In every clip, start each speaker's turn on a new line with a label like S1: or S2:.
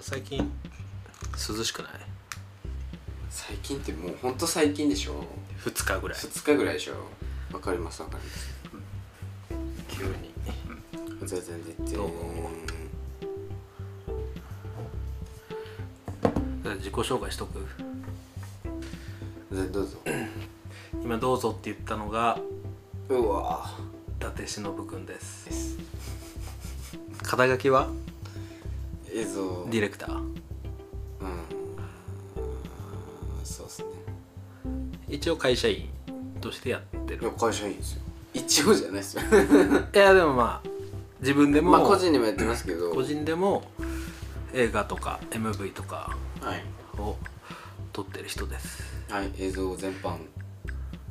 S1: 最近涼しくない
S2: 最近ってもうほんと最近でしょ
S1: 2日ぐらい
S2: 2日ぐらいでしょわかりますわかります
S1: 急に
S2: 全然全然
S1: どうも自己紹介しとく
S2: 全然どうぞ
S1: 今どうぞって言ったのが
S2: うわ
S1: 伊達忍君です肩書きは
S2: 映像
S1: ディレクター
S2: うんそうっすね
S1: 一応会社員としてやって
S2: い
S1: る
S2: や会社いいですよ一応じゃないですよ
S1: いやでもまあ自分でも、
S2: まあ個人にもやってますけど
S1: 個人でも映画とか MV とか
S2: はい
S1: を撮ってる人です
S2: はい映像全般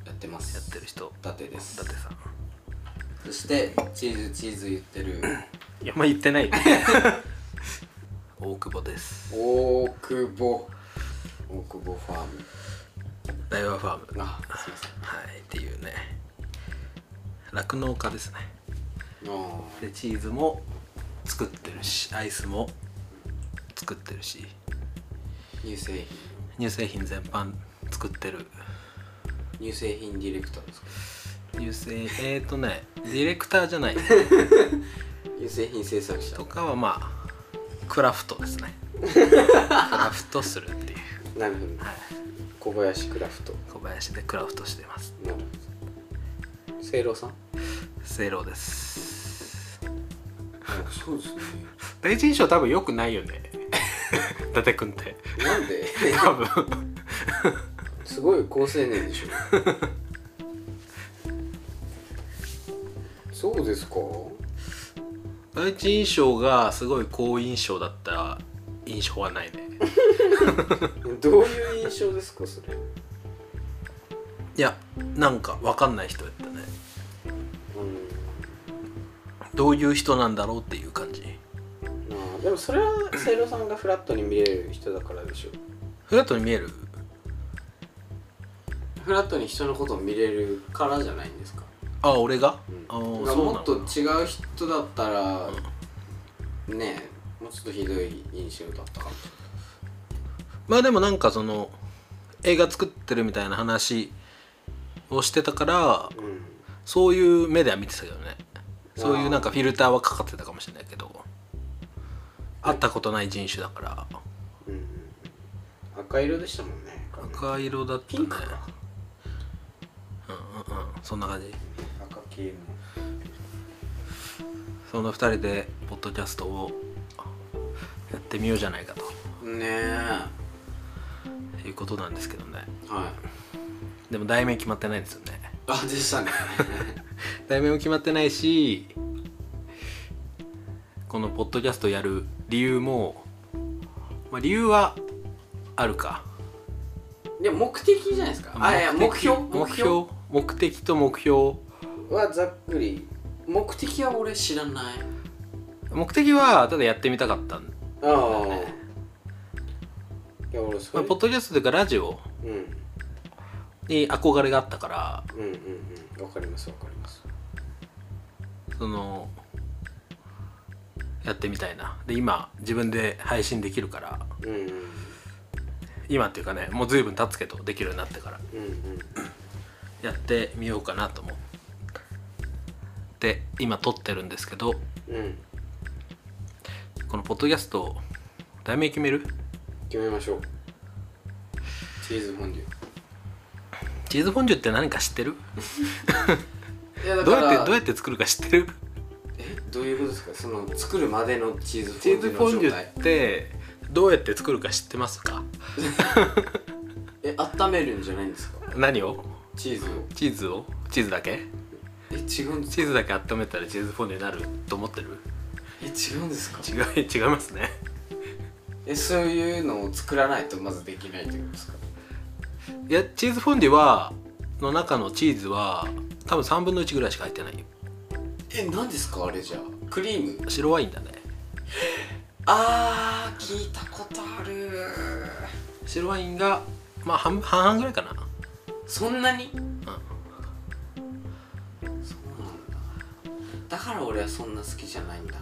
S2: やってます
S1: やってる人
S2: 伊達です
S1: 伊達さん
S2: そしてチーズチーズ言ってる
S1: いやまあ言ってない 大久保です
S2: 大久保大久保ファーム
S1: ダイワファーム
S2: あすいません
S1: はいっていうね酪農家ですね
S2: あ
S1: でチーズも作ってるしアイスも作ってるし
S2: ー乳製品
S1: 乳製品全般作ってる
S2: 乳製品ディレクターですか
S1: 乳製えー、とねディレクターじゃない
S2: 乳製品制作者
S1: とかはまあクラフトですねクラフトするっていう
S2: なるほど
S1: はい
S2: 小林クラフト
S1: 小林でクラフトしてます
S2: なるほどせいろうさん
S1: せいろうです
S2: そうですね
S1: 第一印象多分良くないよね伊達くんって
S2: なん で
S1: 多分
S2: すごい好青年でしょそうですか
S1: 第一印象がすごい好印象だった印象はないね
S2: どういう印象ですかそれ
S1: いやなんか分かんない人やったね
S2: うん
S1: どういう人なんだろうっていう感じ
S2: まあでもそれはせいろうさんがフラットに見れる人だからでしょ
S1: フラットに見える
S2: フラットに人のことを見れるからじゃないんですか
S1: あ俺が、あ
S2: う
S1: ー
S2: ん、
S1: そうな
S2: も
S1: の
S2: っと違う人だったら、ねえもうちょっとひどい印象だったかも
S1: まあでもなんかその映画作ってるみたいな話をしてたから
S2: うん
S1: そういう目では見てたけどねそういうなんかフィルターはかかってたかもしれないけど会ったことない人種だから
S2: うん赤色でしたもんね
S1: 赤色だった
S2: ピ
S1: ね
S2: ンクか
S1: うんうんうんそんな感じ
S2: 赤系の
S1: その2人でポッドキャストをやってみようじゃないかと
S2: ねえ
S1: いうことなんですけどね
S2: はい
S1: でも題名決まってないんですよね
S2: あでした ね
S1: 題名も決まってないしこのポッドキャストやる理由も、まあ、理由はあるか
S2: でも目的じゃないですかあいや目標
S1: 目標目的と目標
S2: はざっくり目的は俺知らない
S1: 目的はただやってみたかったん、ま
S2: ああいや俺そ
S1: あ、
S2: れ、
S1: ポッドキャストというかラジオ
S2: うんうん
S1: に憧れがあったから
S2: うんうんわかりますわかります
S1: そのやってみたいなで今自分で配信できるから
S2: うんうん
S1: 今っていうかねもう随分経つけどできるようになってから
S2: うんうん
S1: やってみようかなと思って今撮ってるんですけど
S2: うん
S1: このポッドキャスト題名決める
S2: 決めましょうチーズフォンデ
S1: チーズフォンデュって何か知ってる
S2: ュいやだ
S1: どう
S2: か
S1: やっ
S2: ら
S1: てどうやって作るか知ってる
S2: えどういうことですかその作るまでのチーズフ
S1: チ
S2: ォン
S1: ー
S2: デ
S1: ズ
S2: ュ
S1: フォン
S2: の
S1: デ
S2: 状
S1: ュ
S2: 態
S1: ってどうやって作るか知ってますか
S2: え温めるんじゃないんですか
S1: 何を
S2: チーズを
S1: チーズをチーズだけ
S2: え違うんです
S1: チーズだけ温めたらチーズフォンデュになると思ってる
S2: え違うんですか
S1: 違い違い ますね
S2: えそういうのを作らないとまずできないってことですか
S1: いやチーズフォンデュはの中のチーズは多分3分の1ぐらいしか入ってないよ
S2: え何ですかあれじゃあクリーム
S1: 白ワインだね
S2: あー聞いたことある
S1: 白ワインがまあ半半々ぐらいかな
S2: そんなに
S1: うん
S2: そうなんだだから俺はそんな好きじゃないんだ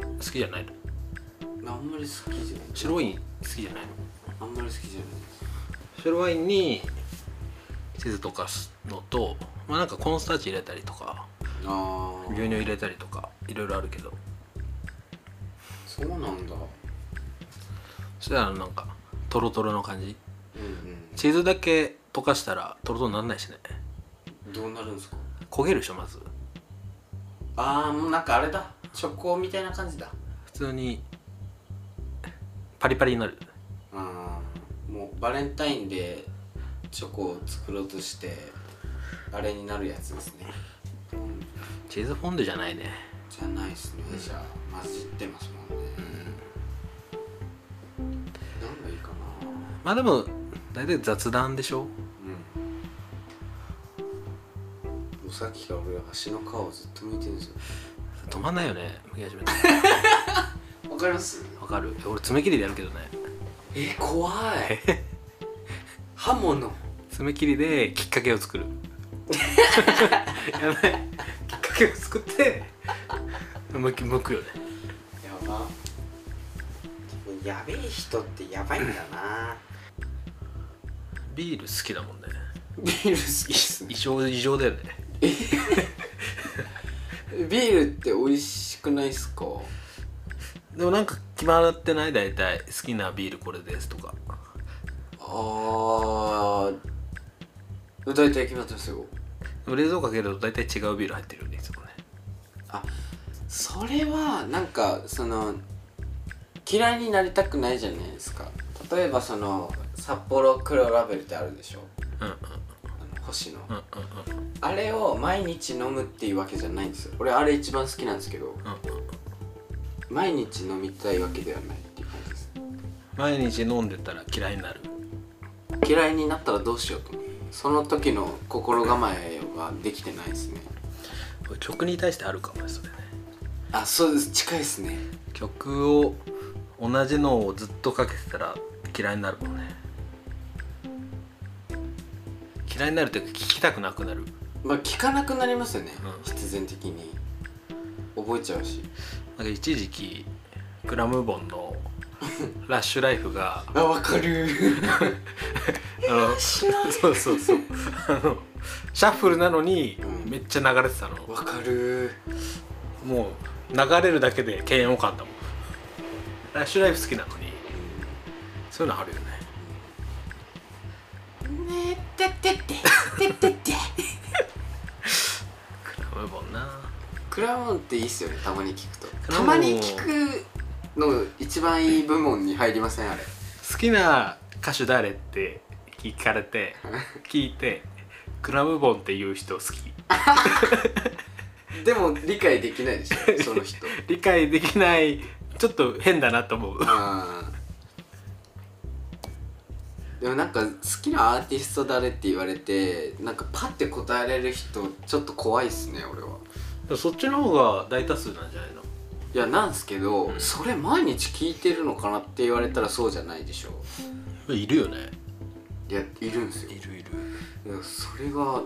S1: 好きじゃないの
S2: あんまり好きじゃない
S1: 白ワイン好きじゃないの
S2: あんまり好きじゃない
S1: 白ワインにチーズ溶かすのとまあなんかコーンスターチ入れたりとか
S2: ああ
S1: 牛乳入れたりとかいろいろあるけど
S2: そうなんだ
S1: そしたらなんかトロトロの感じ
S2: うん
S1: チーズだけ溶かしたらトロトロになんないしね
S2: うんどうなるんですか
S1: 焦げるでしょまず
S2: ああもうなんかあれだチョコみたいな感じだ
S1: 普通にパリパリになる
S2: あーもうバレンタインでチョコを作ろうとしてあれになるやつですね
S1: チーズフォンデュじゃないね
S2: じゃないっすね、じゃあ混じってますもんね、なんがいいかな
S1: まあでも大体雑談でしょ
S2: うんもうさっきから俺は橋の皮をずっと向いてるんですよ
S1: 止まんないよね剥き始めて
S2: わかります
S1: わかるいや俺爪切りでやるけどね
S2: え怖 い刃物
S1: 爪切りできっかけを作るやばいきっかけを作ってむきむくよね
S2: やばやべえ人ってやばいんだな
S1: ビール好きだもんね
S2: ビール好きっすね
S1: 異常異常だよね
S2: ビールって美味しくないっすか
S1: でもなんか決まってない大体好きなビールこれですとか
S2: ああ大体決まってますよ
S1: でも冷蔵庫開けると大体違うビール入ってるよねいつもね
S2: あそれはなんかその嫌いになりたくないじゃないですか例えばその札幌黒ラベルってあるでしょ
S1: うん
S2: あの星の
S1: うんうんうんうん
S2: あれを毎日飲むっていうわけじゃないんですよ俺あれ一番好きなんですけど
S1: うんうん
S2: 毎日飲みたいわけではないっていう感じです
S1: 毎日飲んでたら嫌いになる
S2: 嫌いになったらどうしようと思うその時の心構えはできてないですね
S1: 曲に対してあるかもそれね
S2: あそうです近いですね
S1: 曲を同じのをずっとかけてたら嫌いになるもんね嫌いになるというか聴きたくなくなる
S2: まあ聞かなくなりますよね、
S1: うん
S2: 必然的に覚えちゃうし
S1: なんか一時期クラムボンの「ラッシュライフ が」
S2: あわかる
S1: あのそうそうそうあのシャッフルなのに
S2: うん
S1: めっちゃ流れてたの
S2: わかる
S1: もう流れるだけで嫌悪感だもんラッシュライフ好きなのにそういうのあるよね
S2: ねてててててて
S1: クラムボンな
S2: クラモンっていいっすよねたまに聞くと
S1: クラ
S2: た
S1: モン
S2: まに聞くの一番いい部門に入りませんあれ
S1: 好きな歌手誰って聞かれ て聞いてクラムボンっていう人好き
S2: でも理解できない でしょその人
S1: 理解できないちょっと変だなと思う
S2: あーでもなんか好きなアーティスト誰って言われてなんかパッて答えられる人ちょっと怖いっすね俺は
S1: でもそっちの方が大多数なんじゃないの
S2: いやなんすけど、
S1: うん
S2: それ毎日聞いてるのかなって言われたらそうじゃないでしょ
S1: いるよね
S2: いやいるんですよ
S1: るいる
S2: いやそれが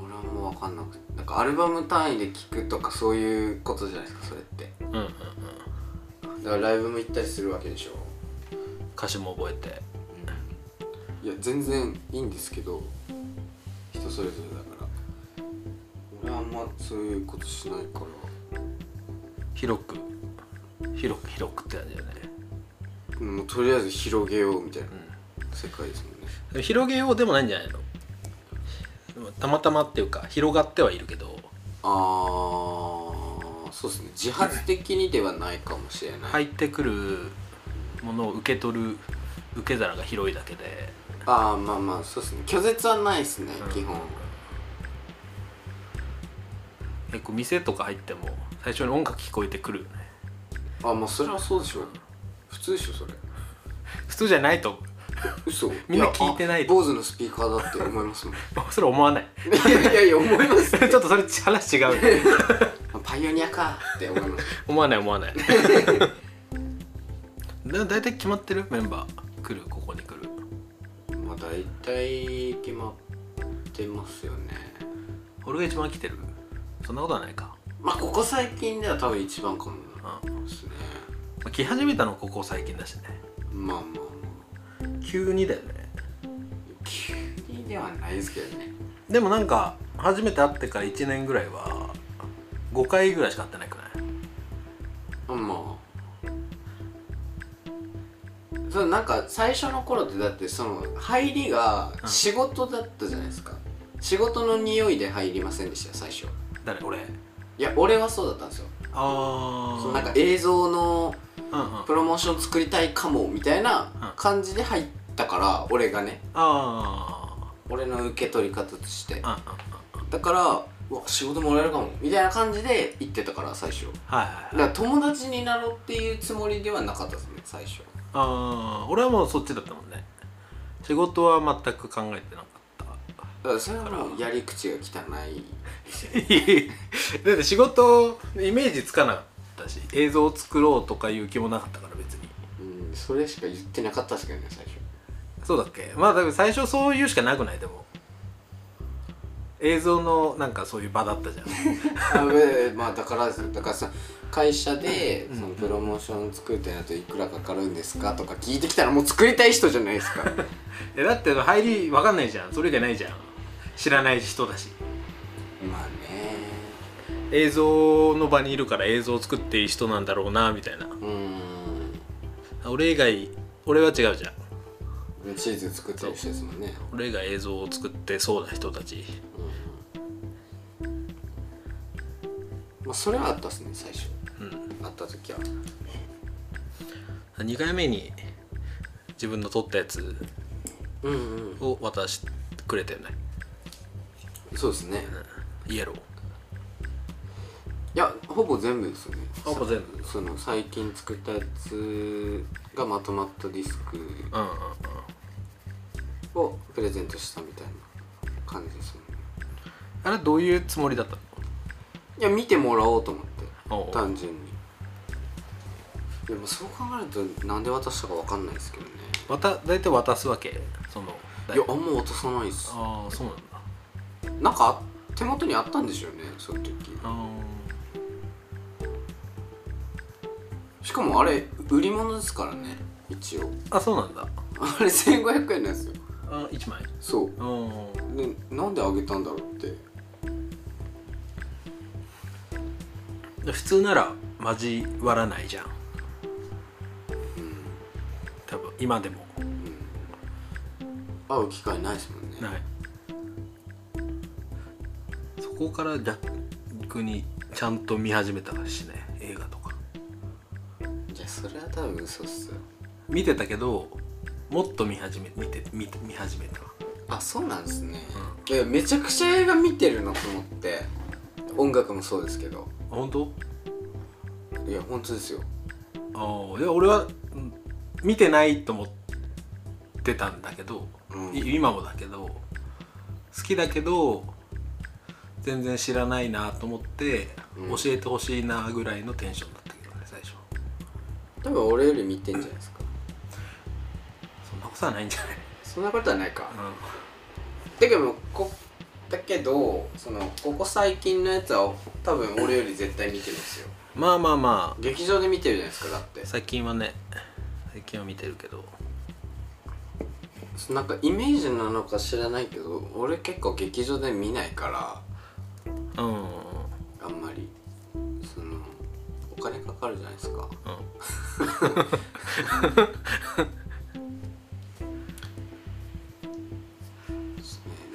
S2: 俺はもう分かんなくてなんかアルバム単位で聞くとかそういうことじゃないですかそれって
S1: うんうんうん
S2: だからライブも行ったりするわけでしょ、
S1: 歌詞も覚えて
S2: いや全然いいんですけど人それぞれだから俺はあんまそういうことしないから
S1: 広く広く広くって感じだよね
S2: もうとりあえず広げようみたいな世界ですもんね、
S1: でも広げようでもないんじゃないのでもたまたまっていうか広がってはいるけど
S2: あーそうですね自発的にではないかもしれない、
S1: 入ってくるものを受け取る受け皿が広いだけで
S2: ああまあまあそうですね拒絶はないですね、基本
S1: 結構店とか入っても最初に音楽聞こえてくるよね
S2: あまあそれはそうでしょう普通でしょそれ
S1: 普通じゃないと 思う
S2: 嘘
S1: みんな聞いてない
S2: やあ坊主のスピーカーだって思いますもんい
S1: それ思わない
S2: やい やいや思います
S1: ちょっとそれ話違うよ
S2: パイオニアかって思います
S1: 思わない思わない だ大体決まってるメンバー来るここに来る
S2: まあ大体決まってますよね
S1: 俺が一番来てるそんなことはないか
S2: まあここ最近では多分一番かも
S1: うん
S2: ですね
S1: まあ着始めたのここ最近だしね
S2: まあまあま
S1: 急にだよね
S2: あ急にではないですけどね
S1: でもなんか初めて会ってから1年ぐらいは5回ぐらいしか会ってないくない
S2: まあそうなんか最初の頃ってだってその入りが
S1: うん
S2: 仕事だったじゃないですか、仕事の匂いで入りませんでした最初
S1: 誰俺
S2: いや俺はそうだったんですよ
S1: あ
S2: そ
S1: あ
S2: のなんか映像の
S1: うんうんあ
S2: プロモーション作りたいかもみたいな感じで入ったから俺がね
S1: あ
S2: 俺の受け取り方として
S1: うんうんうん
S2: だからうわ仕事もらえるかもみたいな感じで行ってたから最初
S1: はいはい
S2: だ
S1: はい
S2: から友達になろうっていうつもりではなかったですね最初
S1: あー俺はもうそっちだったもんね仕事は全く考えてなかった
S2: だからそれはもうやり口が汚い
S1: だって仕事イメージつかなかったし映像を作ろうとかいう気もなかったから別に
S2: うんそれしか言ってなかったですけどね最初
S1: そうだっけまあだから最初そういうしかなくないでも映像のなんかそういう場だったじゃん
S2: あべ まあだからですだからさ会社で
S1: うん
S2: そのプロモーション作るってなるといくらかかるんですかとか聞いてきたらもう作りたい人じゃない ですか
S1: えだって入りわかんないじゃんそれ以外ないじゃん知らない人だし
S2: まあね
S1: 映像の場にいるから映像を作っていい人なんだろうなみたいな
S2: うー
S1: 俺以外俺は違うじゃん
S2: んチーズ作ってる人ですもんね
S1: 俺が映像を作ってそうな人たち
S2: まあそれはあったっすね最初
S1: うん
S2: 会った時は
S1: 2回目に自分の撮ったやつ
S2: うんうん
S1: を渡してくれたよね、
S2: そうですね
S1: うん、イエロー
S2: いやほぼ全部ですよね
S1: ほぼ全部
S2: さその最近作ったやつがまとまったディスク
S1: うんうんうん
S2: をプレゼントしたみたいな感じですよね
S1: あれどういうつもりだったの
S2: いや見てもらおうと思っ
S1: おう
S2: て単純にでもそう考えるとなんで渡したかわかんないですけどね
S1: わた大体渡すわけその
S2: いやあんま渡さないっす
S1: ああそうなんだ
S2: なんか手元にあったんでしょうねその時
S1: あ
S2: しかもあれ売り物ですからね一応
S1: ーあそうなんだ
S2: あれ1500円なんですよ
S1: あ1枚
S2: そう
S1: うん
S2: でなんであげたんだろうって
S1: で普通なら交わらないじゃん多分今でも
S2: 会う機会ないですもんね
S1: ないそこから逆にちゃんと見始めたしね映画とか
S2: いやそれは多分嘘っすよ
S1: 見てたけどもっと見始め見て見て見始めた
S2: あそうなんですね、いやめちゃくちゃ映画見てるなと思って音楽もそうですけど
S1: 本当
S2: いや本当ですよ
S1: ああいや俺はうん見てないと思ってたんだけど、
S2: うん
S1: い今もだけど好きだけど全然知らないなと思って、
S2: う
S1: 教
S2: ん
S1: えてほしいなぐらいのテンションだったけどね最初
S2: 多分俺より見てんじゃないですか
S1: そんなことはないんじゃない、
S2: そんなことはないか、
S1: うん
S2: だけどこだけどそのここ最近のやつは多分俺より絶対見てますよ
S1: まあまあまあ
S2: 劇場で見てるじゃないですかだって
S1: 最近はね最近は見てるけど
S2: なんかイメージなのか知らないけど俺結構劇場で見ないか
S1: うんうんうん
S2: らあんまりそのお金かかるじゃないですか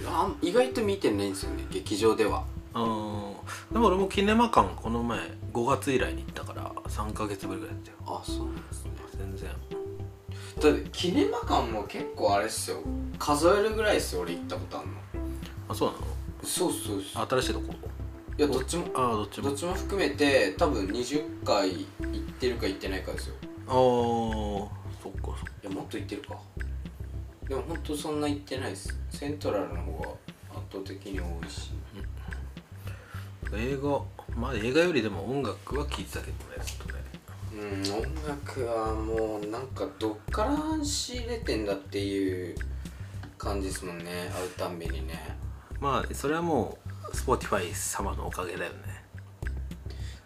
S2: あん意外と見てないんですよね劇場では
S1: うんでも俺もキネマ館この前5月以来に行ったから3ヶ月ぶりぐらいだったよ
S2: あそうなんですね
S1: 全然
S2: だってキネマ館も結構あれっすよ数えるぐらいっすよ俺行ったことあるの
S1: あそうな
S2: そうそうそう
S1: の新しいとこ
S2: いやどっちも
S1: ああどっちも
S2: どっちも含めて多分20回行ってるか行ってないかですよ
S1: ああそっかそっか
S2: いやもっと行ってるかでもほんとそんな行ってないですセントラルの方が圧倒的に多いし
S1: 映画まあ映画よりでも音楽は聴いてたけどねずっとね
S2: うん音楽はもうなんかどっから仕入れてんだっていう感じですもんね会うたんびにね
S1: まあそれはもう Spotify 様のおかげだよね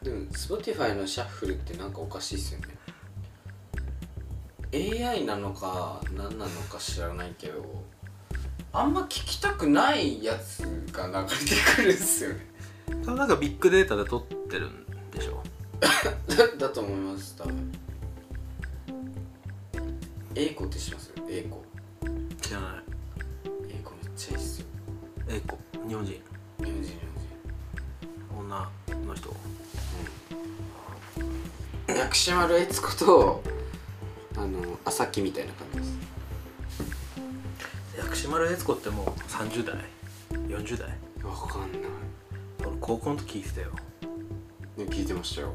S2: でも Spotify のシャッフルってなんかおかしいっすよね AI なのか何なのか知らないけどあんま聞きたくないやつが流れてくるんですよね
S1: 多分なんかビッグデータで取ってるんでしょ
S2: だだと思います多分 A 子って知ってます A 子
S1: 知らない
S2: A 子めっちゃいいっすよ
S1: 英子日本人
S2: 日本人日
S1: 女の人
S2: 本人、うん、薬師丸悦子とあの朝木みたいな感じです
S1: 薬師丸悦子ってもう30代40代
S2: わかんない
S1: 俺高校の時聞いてたよ、ね
S2: ね聞いてましたよ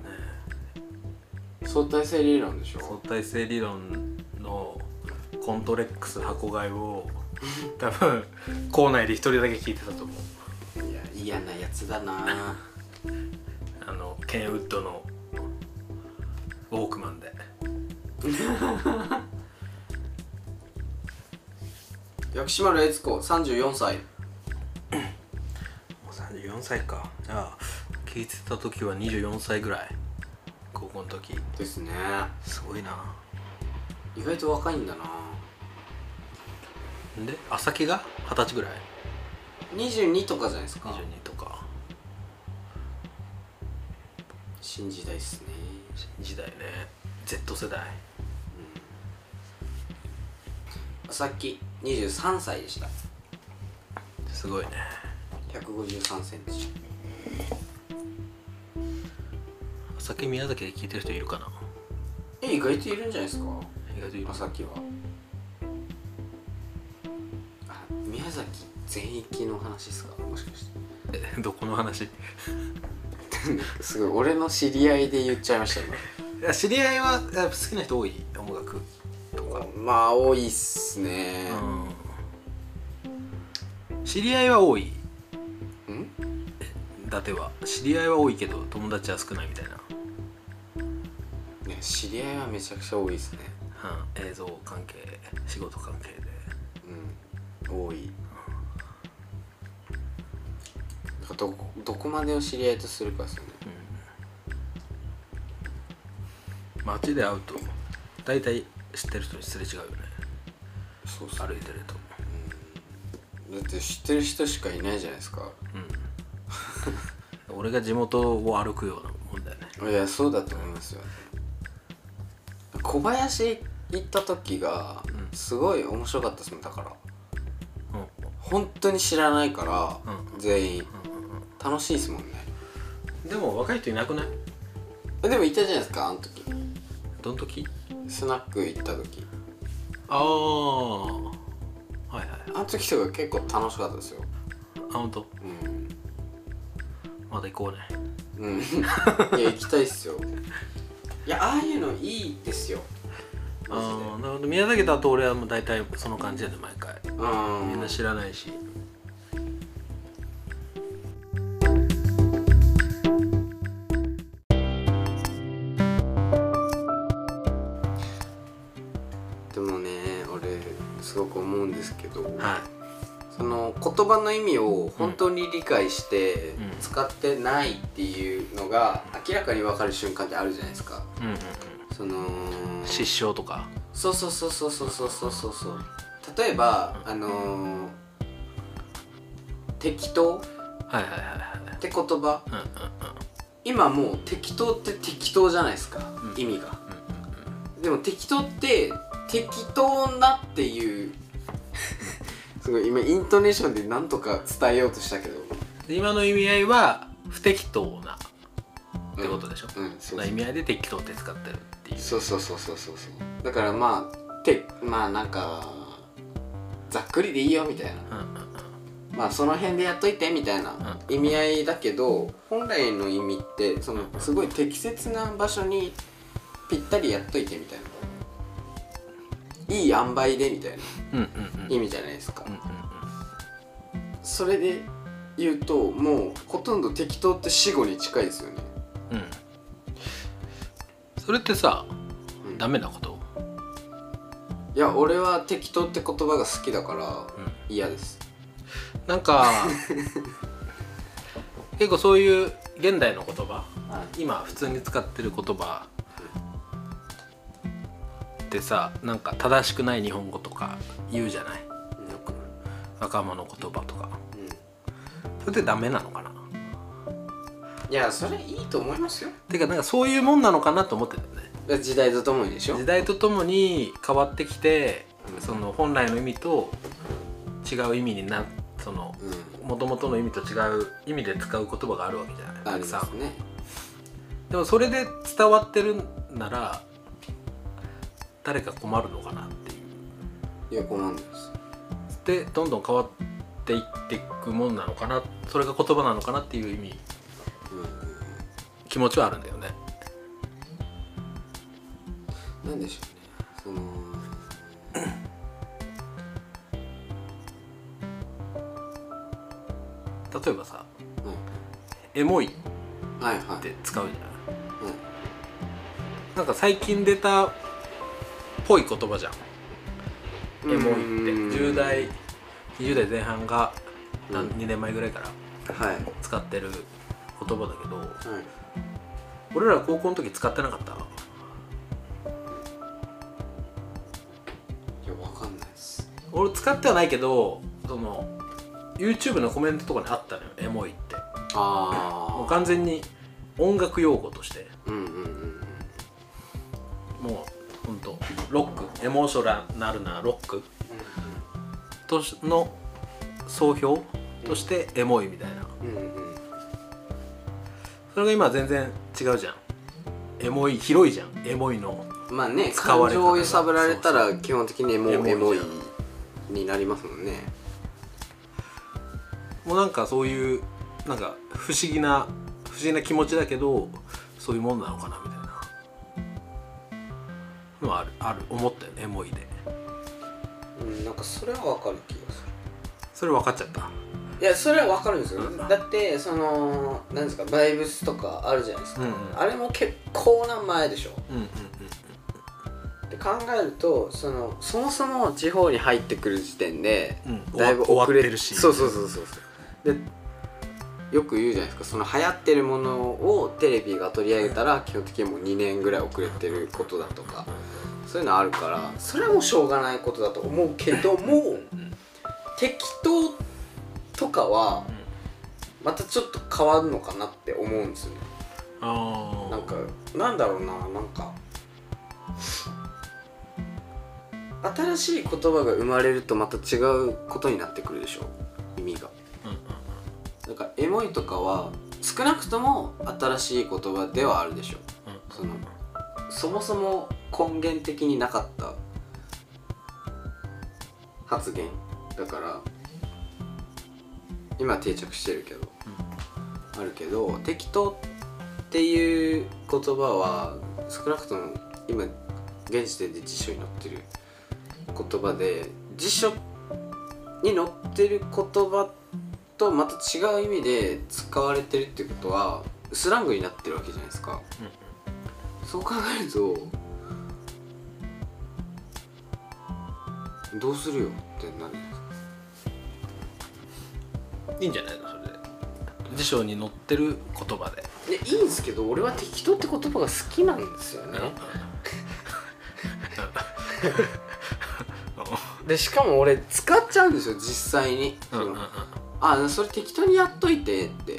S1: え
S2: 相対性理論でし
S1: 相
S2: ょ
S1: 対性理論のコントレックス箱買いを多分校内で一人だけ聞いてたと思う
S2: いや嫌なやつだな
S1: あのケンウッドのウォークマンで
S2: 薬師丸悦子34歳
S1: もう34歳かじゃあ聞いてた時は24歳ぐらい高校の時
S2: ですね
S1: すごいな
S2: 意外と若いんだな
S1: で朝木が二十歳ぐらい
S2: 22とかじゃないですか
S1: 22とか
S2: 新時代っすね
S1: 新時代ね Z 世代
S2: さっき23歳でした
S1: すごいね
S2: 153センチ
S1: 朝木宮崎で聞いてる人いるかな
S2: え意外といるんじゃないですか
S1: 意外といる
S2: 朝木はあ宮崎全域の話ですかもしかして
S1: えどこの話
S2: すごい俺の知り合いで言っちゃいました今
S1: いや知り合いはやっぱ好きな人多い音楽とか、
S2: まあ多いっすね
S1: うん、知り合いは多い
S2: うん
S1: だては知り合いは多いけど友達は少ないみたいな、
S2: ね知り合いはめちゃくちゃ多いっすね
S1: うん、映像関係仕事関係で
S2: うん多いだからどこどこまでを知り合いとするかですよね
S1: 街で会うと大体知ってる人にすれ違うよね
S2: そうっ
S1: 歩いてると
S2: だって知ってる人しかいないじゃないですか
S1: うん 俺が地元を歩くようなもんだよね
S2: いやそうだと思いますよ小林行った時が
S1: うん
S2: すごい面白かったですもんだから
S1: うん
S2: 本当に知らないから、
S1: う
S2: 全員楽しいですもんね
S1: でも若い人いなくない
S2: えでもいたじゃないですかあの時
S1: どん時
S2: スナック行った時
S1: ああはいはいはい
S2: あの時とか結構楽しかったですよ
S1: あ本当
S2: うん
S1: また行こうね
S2: うん、いや行きたいっすよいやああいうのいいですよマ
S1: ああなるほど宮崎だと俺はもう大体その感じやね毎回
S2: ジでうん
S1: みんな知らないし、
S2: でもね俺すごく思うんですけど、
S1: はい
S2: その言葉の意味を本当に理解して
S1: うん
S2: 使ってないっていうのが明らかに分かる瞬間ってあるじゃないですか
S1: うんうん
S2: その
S1: うん失笑とか
S2: そうそうそうそうそうそうそうそうそう例えばあのー適当っ
S1: はいはいはいはい
S2: て言葉
S1: うんうん
S2: 今もう適当って適当じゃないですか、
S1: うん
S2: 意
S1: うんうん
S2: 味が
S1: うん
S2: でも適当って適当なっていう すごい今イントネーションでなんとか伝えようとしたけど
S1: で今の意味合いは不適当なってことでしょ、
S2: うんうんそう
S1: な意味合いで適当って使ってるっていう
S2: そうそうそうそうそうそうだからまあてまあなんかざっくりでいいよみたいな
S1: うんうんうん
S2: まあその辺でやっといてみたいな意味合いだけど本来の意味ってそのすごい適切な場所にぴったりやっといてみたいないい塩梅でみたいな
S1: うんうんうん
S2: 意味じゃないですか、
S1: うんうん
S2: それで言うともうほとんど適当って死語に近いですよね、
S1: うんうんそれってさ
S2: うん
S1: ダメなこと
S2: いや俺は適当って言葉が好きだから
S1: うん
S2: 嫌です
S1: なん か結構そういう現代の言葉今普通に使ってる言葉ってさなんか正しくない日本語とか言うじゃない
S2: よく
S1: 仲間の言葉とか
S2: うん
S1: それってダメなのかない
S2: やそれいいと思いますよ
S1: てかなんかそういうもんなのかなと思ってたよね
S2: 時代とともにでしょ
S1: 時代とともに変わってきて
S2: うん
S1: その本来の意味と違う意味になその
S2: うん
S1: 元々の意味と違う意味で使う言葉があるわけじゃない
S2: あ
S1: た
S2: り
S1: く
S2: ま
S1: さん
S2: すね
S1: でもそれで伝わってるなら誰か困るのかなっていう
S2: いや困るんです
S1: でどんどん変わっていっていくもんなのかなそれが言葉なのかなっていう意味
S2: うん
S1: 気持ちはあるんだよね
S2: なんでしょうねその
S1: 例えばさ「エモい」っ
S2: はいはいはい
S1: て使うじゃない
S2: うん
S1: なんか最近出たっぽい言葉じゃん「エモい」って10代20代前半が何
S2: うん
S1: 2年前ぐらいから
S2: はいはい
S1: 使ってる言葉だけど俺ら高校の時使ってなかった
S2: いやわかんないです
S1: 俺使ってはないけどその YouTube のコメントとかにあったのよ「エモい」ってもう
S2: ああ
S1: 完全に音楽用語として
S2: うんうんうん
S1: もうほんとロックエモーショナルなロックとしの総評としてエモいみたいな
S2: うんうんうん
S1: それが今全然違うじゃんエモい広いじゃんエモいの
S2: まあね
S1: 使わ
S2: 感
S1: れ方
S2: 情
S1: が
S2: を揺さぶられた
S1: そう
S2: ら基本的にも
S1: エモいう
S2: エモい
S1: じゃ
S2: になりますもんね
S1: もうなんかそういうなんか不思議な不思議な気持ちだけどそういうもんなのかなみたいなのはあるある思ったよねエモいで
S2: うんなんかそれはわかる気がする
S1: それ分かっちゃった
S2: いやそれはわかるんですよ
S1: うん
S2: だってそのなんですかバイブスとかあるじゃないですか、
S1: うんうん
S2: あれも結構な前でしょ
S1: うんうんうん
S2: で考えるとそのそもそも地方に入ってくる時点で、
S1: うん
S2: だいぶ
S1: 終わ
S2: 遅
S1: 終わっ
S2: れ
S1: てるし
S2: そうそうそうそうそうでよく言うじゃないですかその流行ってるものをテレビが取り上げたら基本的にもう2年ぐらい遅れてることだとかそういうのあるからそれはもうしょうがないことだと思うけども、
S1: ん
S2: 適当とかは
S1: うん
S2: またちょっと変わるのかなって思うんですよね
S1: あ
S2: なんかなんだろうななんか新しい言葉が生まれるとまた違うことになってくるでしょ意味がだからエモいとかは少なくとも新しい言葉ではあるでしょそのそもそも根源的になかった発言だから今定着してるけど、あるけど適当っていう言葉は少なくとも今現時点で辞書に載ってる言葉で辞書に載ってる言葉とまた違う意味で使われてるってことはスラングになってるわけじゃないですか。そう考えるとどうするよってなる
S1: いいんじゃないのそれで辞書に載ってる言葉で
S2: いやいいんですけど俺は適当って言葉が好きなんですよねでしかも俺使っちゃうんですよ実際に、
S1: うんうんうんうんうんうん
S2: あそれ適当にやっといてって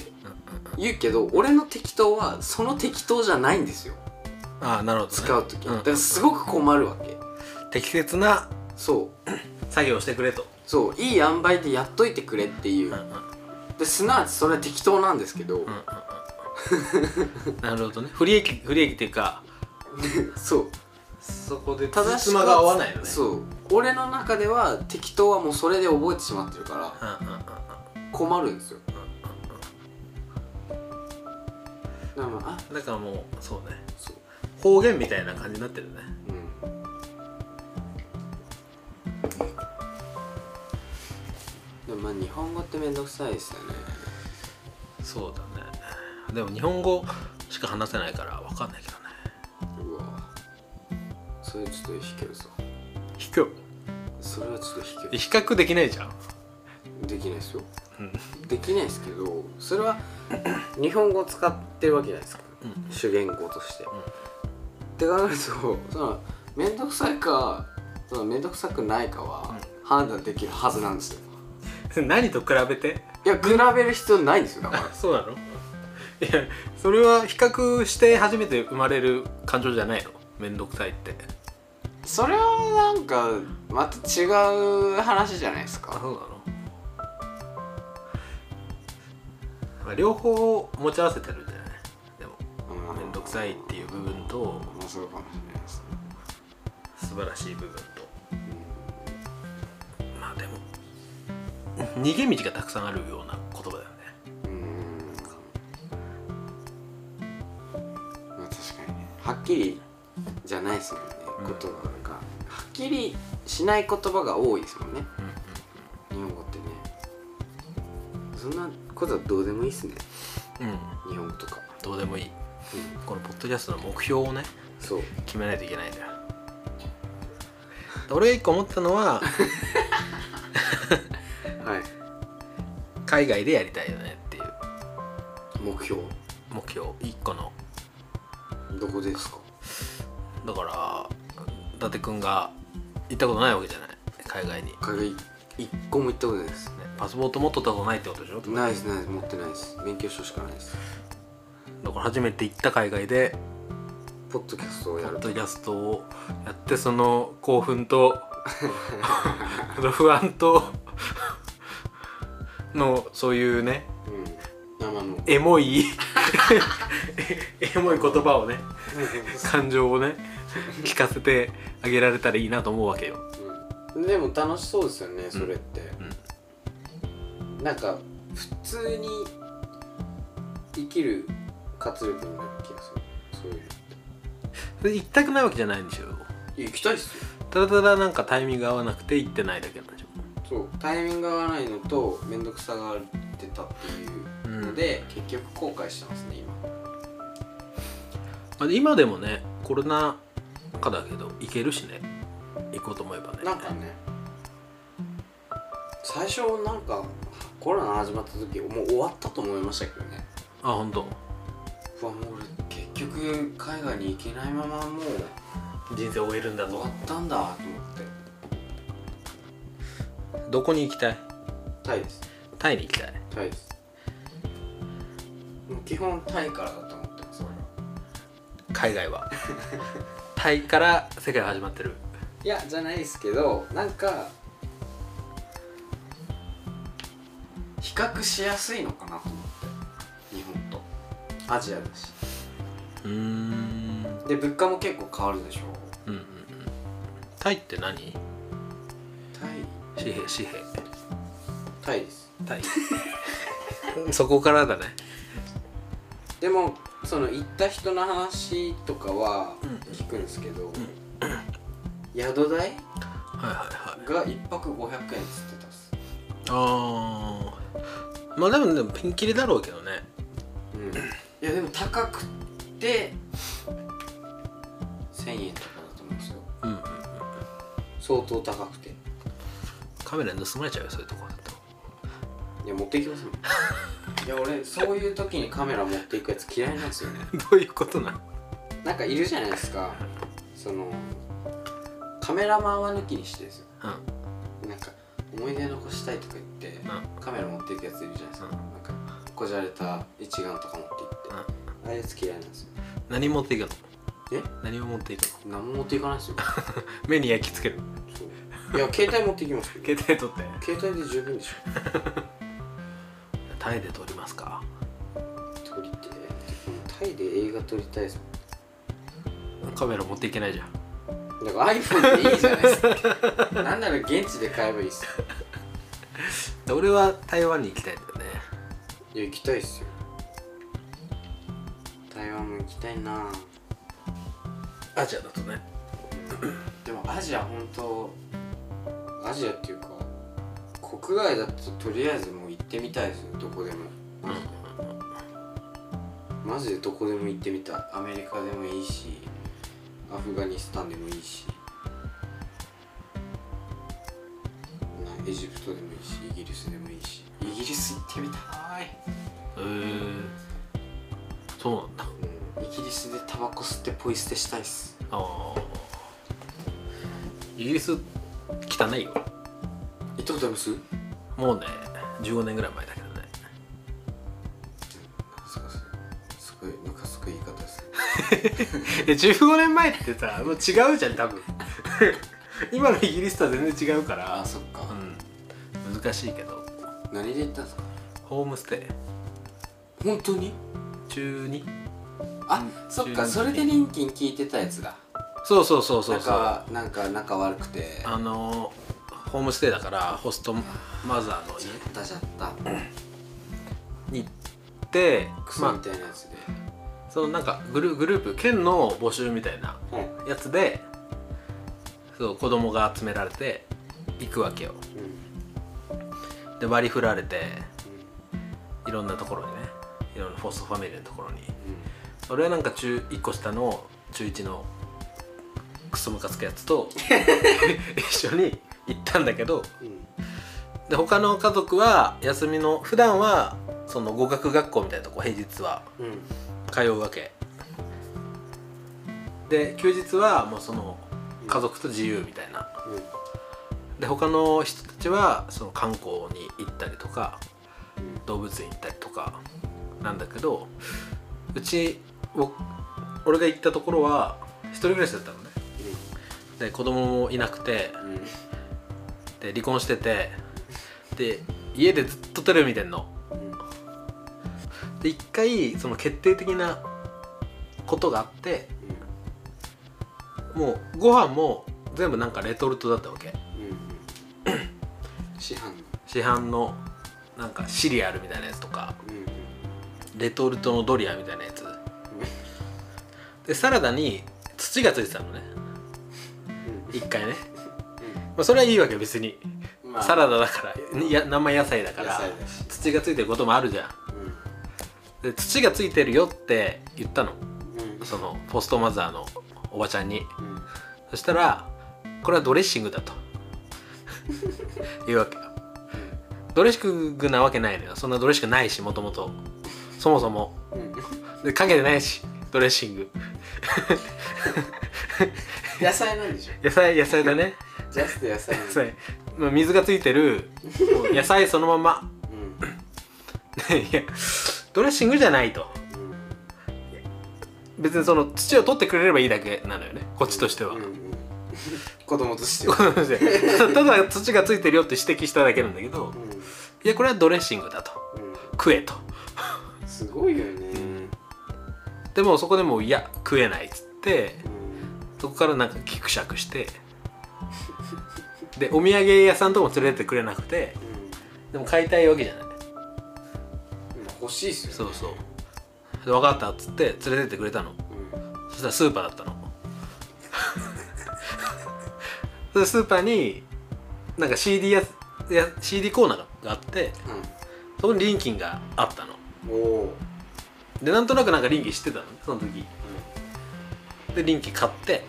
S2: 言うけど俺の適当はその適当じゃないんですよ
S1: ああなるほどね
S2: 使う時
S1: ん
S2: だからすごく困るわけ
S1: 適切な
S2: そう
S1: 作業をしてくれと
S2: そういい塩梅でやっといてくれっていう
S1: う
S2: うん
S1: んうん
S2: ですなわちそれは適当なんですけど、
S1: うん うんなるほどね不利益不利益っていうか
S2: そう
S1: そこで
S2: 正しくは
S1: が合わないよね
S2: そう俺の中では適当はもうそれで覚えてしまってるか
S1: うんうんうんうん
S2: ら困るんですよだか
S1: うん
S2: らまああ
S1: うんだからもうそうね
S2: そう
S1: 方言みたいな感じになってるね
S2: うんでもまあ日本語って面倒くさいですよね
S1: そうだねでも日本語しか話せないから分かんないけどね
S2: うわそれちょっと引けるぞ
S1: 比較
S2: それはちょっと引け
S1: 比較できないじゃん
S2: るできないですよ
S1: うん
S2: できないですけどそれは日本語を使ってるわけじゃないですか
S1: うん
S2: 主言語として。
S1: ん
S2: って考えるとその面倒くさいかその面倒くさくないかは判断できるはずなんですよ
S1: 何と比べて
S2: いや比べる必要ないんですよだから
S1: あそうな のいやそれは比較して初めて生まれる感情じゃないの面倒くさいって
S2: それはなんかまた違う話じゃないです
S1: あ
S2: か
S1: そうなのまあ両方持ち合わせてるんじゃないでも面倒くさいっていう部分と
S2: 面白いかもしれないですね
S1: 素晴らしい部分とまあでも逃げ道がたくさんあるような言葉だよね
S2: うんまあ確かにねはっきりじゃないですもんね
S1: うん
S2: 言葉がはっきりしない言葉が多いですもんね
S1: うんうん
S2: 日本語ってねそんなことはどうでもいいっすね
S1: うん
S2: 日本語とか、
S1: どうでもいい
S2: うん、
S1: このポッドキャストの目標をね
S2: そう
S1: 決めないといけないんだよ俺が一個思ったの は
S2: はい
S1: 海外でやりたいよねっていう
S2: 目標
S1: 目標一個の
S2: どこですか
S1: だから伊達くんが行ったことないわけじゃない海外に、ね、
S2: 海外一個も行ったことないです
S1: パスポート持っとったことないってことでしょ
S2: ないですないです持ってないです勉強書しかないです
S1: だから初めて行った海外で
S2: ポッドキャストを
S1: ポ
S2: やる
S1: ッ
S2: と
S1: ドキャストをやってその興奮 と不安とのそういうね
S2: うん生の
S1: エモ いエモい言葉をね感情をね聞かせてあげられたらいいなと思うわけよ、
S2: うんでも楽しそうですよねそれって、なんか普通に生きる活力になる気がするそういうの
S1: それ行きたくないわけじゃないんでしょ
S2: っていや行きたいっすよ
S1: ただただなんかタイミングが合わなくて行ってないだけなんでしょ
S2: そうタイミングが合わないのと面倒くさがってたっていうので、結局後悔してますね今
S1: まあ今でもねコロナ禍だけど行けるしね行こうと思えばね
S2: なんかね最初なんかコロナ始まった時もう終わったと思いましたけどね
S1: あ本当
S2: うわもう俺結局海外に行けないままもう
S1: 人生終えるんだ
S2: 終わ
S1: ぞ
S2: ったんだと思って
S1: どこに行きたい
S2: タイです
S1: タイに行きたい
S2: タイですもう基本タイからだと思ってます俺は
S1: 海外 はタイから世界が始まってる
S2: いやじゃないですけどなんか比較しやすいのかなと思って日本とアジアだし
S1: うーん
S2: で物価も結構変わるでしょ
S1: うんうんうんタイって何
S2: タイ
S1: 紙幣紙幣
S2: タイです
S1: タイ そこからだね
S2: でもその行った人の話とかは聞くんですけど、宿代
S1: はいはいはい
S2: が1泊500円っつってたっす
S1: ああまあでもでもピンキリだろうけどね
S2: うんいやでも高くて1000円とかだと思うんですよ
S1: うんうん
S2: 相当高くてい
S1: カメラ盗まれちゃうよそういうとこだと
S2: や持っていき ますもんいや俺そういう時にカメラ持っていくやつ嫌いなんですよね
S1: どういうことなの
S2: なんかいるじゃないですかそのカメラマンは抜きにしてですよ
S1: うん
S2: なんか思い出残したいとか言って
S1: う
S2: カメラ持っていくやついるじゃないですか、
S1: うん
S2: なんかこじゃれた一眼とか持っていって、ああいうやつ嫌いなんですよ
S1: 何持っていくの
S2: え
S1: 何を持っていくの
S2: 何も持っていかないですよ
S1: 目に焼き付ける
S2: そういや携帯持っていきますけど
S1: 携帯取って
S2: 携帯で十分でしょ
S1: タイで撮りますか
S2: 撮りてえタイで映画撮りたいです
S1: カメラ持っていけないじゃん
S2: もんだから iPhone でいいじゃないですかなんなら現地で買えばいいっす
S1: で俺は台湾に行きたいんだよね
S2: いや行きたいっすよ台湾も行きたいな
S1: アジアだとね
S2: でもアジア本当アジアっていうか国外だととりあえずもう行ってみたいですよどこでも
S1: うんうん
S2: マジでどこでも行ってみたいアメリカでもいいしアフガニスタンでもいいしなエジプトでもいいしイギリスでもいいしイギリス行ってみた
S1: う
S2: い、
S1: んへえそうなんだ
S2: うんイギリスでタバコ吸ってポイ捨てしたいっす
S1: ああイギリス汚いよ
S2: 行ったことあります
S1: もうね15年ぐらい前だけどね
S2: すごいすごいムカつく言い方です ね
S1: え15年前ってさもう違うじゃん多分 今のイギリスとは全然違うから
S2: あそっか、
S1: うん難しいけど
S2: 何で行ったんですか
S1: ホームステ
S2: 本当に
S1: イ中2
S2: あ、
S1: うん
S2: そっ
S1: 中
S2: か
S1: 二
S2: それでリンキン聞いてたやつだ
S1: そうそうそうそうそう
S2: 仲なんか仲悪くて
S1: あのーホームステイだからホストマザーの
S2: じゃったじゃった
S1: 家に行って、
S2: クソみ
S1: ま
S2: たいなやつで、
S1: あ、そのなんかグルグループ県の募集みたいな
S2: うん
S1: やつでそう子供が集められて行くわけよ
S2: うん
S1: で割り振られていろんなところにねいろんなホストファミリーのところに俺はなんか中1個下の中1のクソムカつくやつと 一緒に行ったんだけど
S2: うんうん
S1: で他の家族は休みの普段はその語学学校みたいなとこ平日は
S2: うんうん
S1: 通うわけで休日はもうその家族と自由みたいなで他の人たちはその観光に行ったりとか動物園行ったりとかなんだけどうち僕俺が行ったところは一人暮らしだったのねで子供もいなくて
S2: うんうんうん
S1: で離婚しててで家でずっとテレビ見てんので一回その決定的なことがあってもうご飯も全部なんかレトルトだったわけ
S2: うんうん市販の
S1: 市販のなんかシリアルみたいなやつとか
S2: うんうん
S1: レトルトのドリアみたいなやつでサラダに土がついてたのね一回ね、まあ、それはいいわけ別に
S2: うんまあ
S1: サラダだからにや生野菜だから
S2: 野菜だし
S1: 土がついてることもあるじゃん
S2: う
S1: で土がついてるよって言ったの
S2: んうん
S1: そのポストマザーのおばちゃんに
S2: うん
S1: そしたらこれはドレッシングだ というわけよドレッシングなわけないのよそんなドレッシングないしもともとそもそも
S2: うんうん
S1: でかけてないしドレッシング
S2: 野菜なんでしょ
S1: 野菜野菜だね
S2: ジャスト野菜
S1: 野菜まあ水がついてるもう野菜そのまま
S2: うん
S1: いやドレッシングじゃないと
S2: うん
S1: 別にその土を取ってくれればいいだけなのよねこっちとしては、
S2: うんうん 子供としては
S1: この話でただ土がついてるよって指摘しただけなんだけど
S2: う
S1: いやこれはドレッシングだと
S2: んうん
S1: 食えと
S2: すごいよね、
S1: でもそこでもういや食えないっつって
S2: うん
S1: そこからなんかギクシャクしてでお土産屋さんとかも連れてってくれなくてでも買いたいわけじゃない
S2: うん、欲しいっすよね
S1: そうそうで分かったっつって連れてってくれたの
S2: うん
S1: そしたらスーパーだったの でスーパーになんか CD, やや CD コーナーがあってそこにリンキンがあったの
S2: うん、おお、
S1: でなんとなくなんかリンキン知ってたのねその時でリンキン買って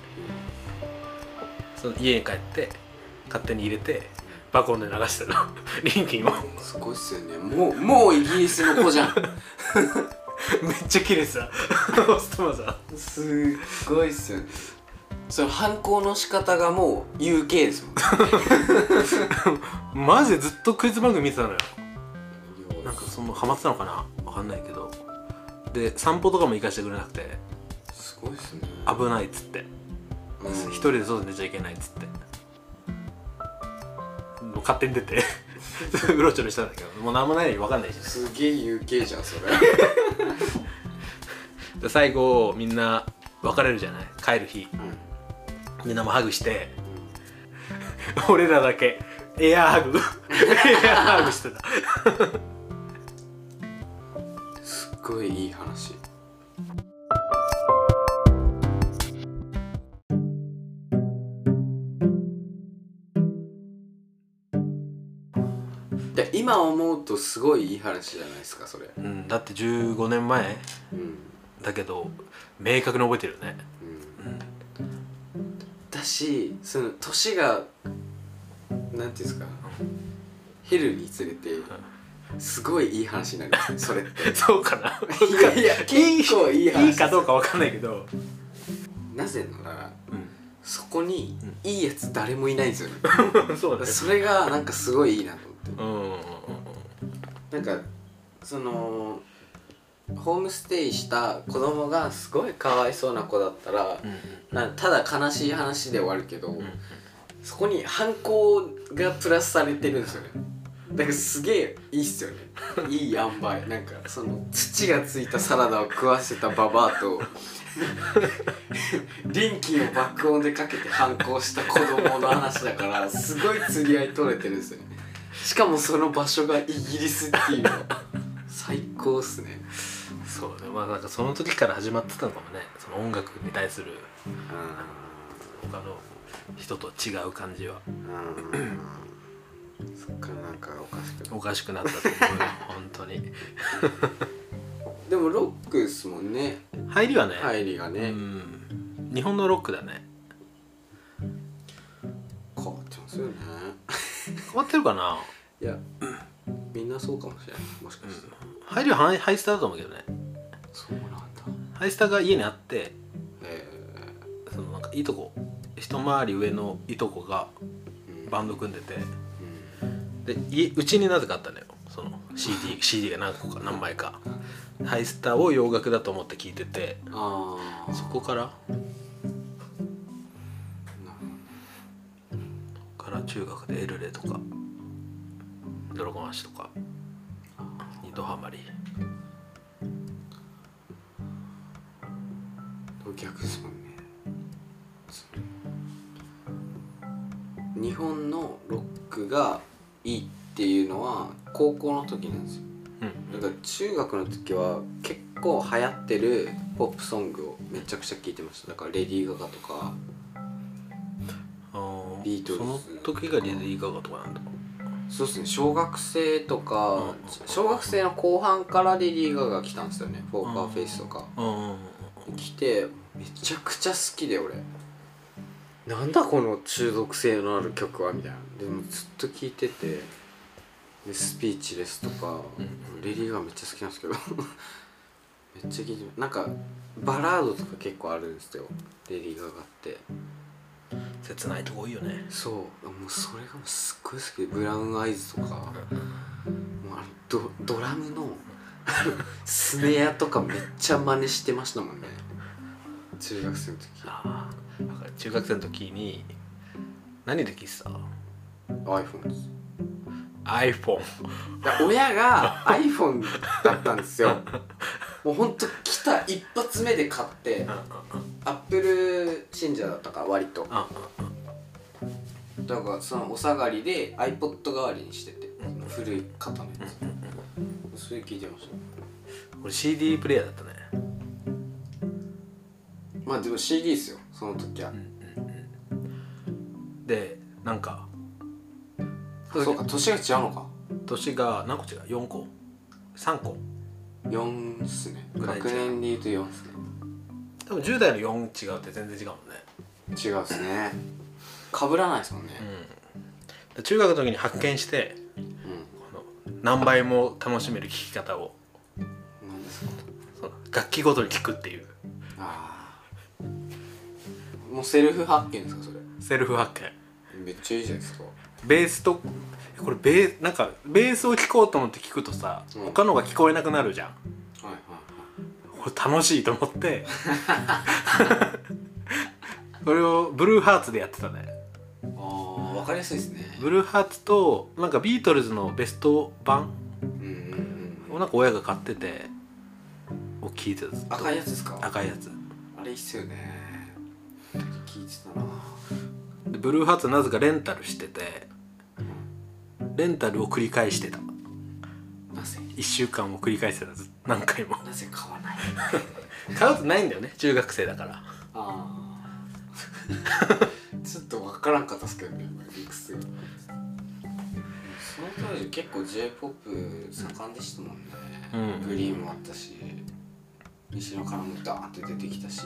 S1: その家に帰って勝手に入れてバコンで流してたの リンキンを
S2: うん、すごいっすよねもうもうイギリスの子じ ゃん
S1: めっちゃ綺麗さホストマザー
S2: すごいっすよねその反抗の仕方がもう UK ですもん
S1: マジでずっとクイズ番組見てたのよなんかそのハマってたのかなわかんないけどで散歩とかも行かせてくれなくて
S2: すごいっすね
S1: 危ないっつって
S2: うん
S1: 一人で外に出ちゃいけないっつってもう勝手に出て うろちょろしたんだけどもう何もないのに分かんないし
S2: すげえ UK じゃんそれ
S1: で最後みんな別れるじゃない帰る日
S2: うん
S1: みんなもハグして 俺らだけエアーハグ エアーハグしてた
S2: すっごいいい話いや今思うとすごいいい話じゃないですかそれ
S1: うんだって15年前
S2: うん、うん、
S1: だけど明確に覚えてるよね
S2: だしその年がなんていうんですか減るにつれてすごいいい話になりますねそれって
S1: そうかない
S2: やいや結構いい話
S1: いいかどうかわかんないけど、
S2: なぜなら
S1: うん、
S2: そこにいいやつ誰もいないん ですよね
S1: そうだね
S2: それがなんかすごいいいなと思っ
S1: うんうんうんうん
S2: てなんかそのホームステイした子供がすごいかわいそうな子だったら
S1: うん
S2: なんただ悲しい話で終わるけど、
S1: うんうん
S2: そこに反抗がプラスされてるんですよねだからすげえいいっすよねいい塩梅なんかその土がついたサラダを食わせたババアと臨機を爆音でかけて反抗した子供の話だからすごい釣り合い取れてるんですよねしかもその場所がイギリスっていうの最高っすね
S1: そうねまあなんかその時から始まってたのかもねその音楽に対する他の人と違う感じは
S2: うんそっからなんかおかしく
S1: おかしくなったと思うよ本当に
S2: でもロックっすもんね
S1: 入りはね、
S2: 入りがね、
S1: うん日本のロックだね
S2: 変わってますよね
S1: 変わってるかない
S2: やみんなそうかもしれないもしかして、
S1: 入りはハイハイスターだと思うけどね
S2: そうなんだ
S1: ハイスターが家にあって
S2: え
S1: そのなんかいとこ一回り上のいとこが
S2: ー、
S1: バンド組んでてで家うちになぜかあったのよその CD, CD が何個か何枚かハイスターを洋楽だと思って聞いてて
S2: うん、ああ
S1: そこから
S2: なる
S1: から中学でエルレとかドラゴン足とか二度ハマり
S2: ほど逆ですもんねそれ日本のロックがいいっていうのは高校の時なんですよ
S1: うん
S2: だから中学の時は結構流行ってるポップソングをめちゃくちゃ聴いてましただからレディー・ガガとか
S1: あー
S2: ビートルズ
S1: その時がレディー・ガガとかなんだ
S2: そうですね小学生と
S1: うん
S2: か小学生の後半からレディー・ガガ来たんですよね「フォーカーフェイス」とか
S1: うんうんうん
S2: 来てめちゃくちゃ好きで俺なんだこの中毒性のある曲はみたいなでもずっと聴いててでスピーチレスとか
S1: うん
S2: レディー・ガガめっちゃ好きなんですけど めっちゃ聴いてますなんかバラードとか結構あるんですよレディー・ガガって
S1: 切ないとこ多いよね
S2: そうもうそれがもうすっごい好きでブラウン・アイズとかもうあのドドラムの スネアとかめっちゃ真似してましたもんね中学生の時
S1: あーだから中学生の時に何で聞いてた
S2: iPhone です
S1: iPhone
S2: だから親が iPhone だったんですよもうほんと来た一発目で買ってアップル信者だったから割と
S1: あ
S2: だからそのお下がりで iPod 代わりにしててその古い型のやつそれ聞いてました
S1: 俺 CD プレイヤーだったね
S2: まあでも CD ですよその時は、
S1: でなんか
S2: あそうか年が違うのか
S1: 年が何個違う4個3個
S2: 4っすね
S1: ぐらい違う
S2: 学年で言うと4っすね
S1: 多分10代の4違うって全然違うもんね
S2: 違うっすねかぶらないですもんね
S1: で中学の時に発見して
S2: う
S1: この何倍も楽しめる聴き方を
S2: ん、なんですか
S1: その楽器ごとに聴くっていう
S2: ああもうセルフ発見ですかそれ
S1: セルフ発見
S2: めっちゃいいじゃないですか
S1: ベースとこれベーなんかベースを聴こうと思って聴くとさ、
S2: うん
S1: 他のが聞こえなくなるじゃん
S2: はいはい
S1: これ楽しいと思って それをブルーハーツでやってたね
S2: はいああ分かりやすいですね
S1: ブルーハーツとなんかビートルズのベスト版
S2: うんうんう
S1: を
S2: ん
S1: なんか親が買っててを聞いてたずっと
S2: 赤いやつですか
S1: 赤いやつ
S2: あれいいっすよね聞いてたな
S1: でブルーハーツなぜかレンタルしててレンタルを繰り返してた
S2: なぜ
S1: 1週間を繰り返してたず何回も
S2: なぜ買わない
S1: 買うとないんだよね中学生だから
S2: ああ ちょっと分からんかったっすけどね今理屈がその当時結構 j p o p 盛んでしたもんね、
S1: うん
S2: グリーンもあったし西野からもダーンって出てきたし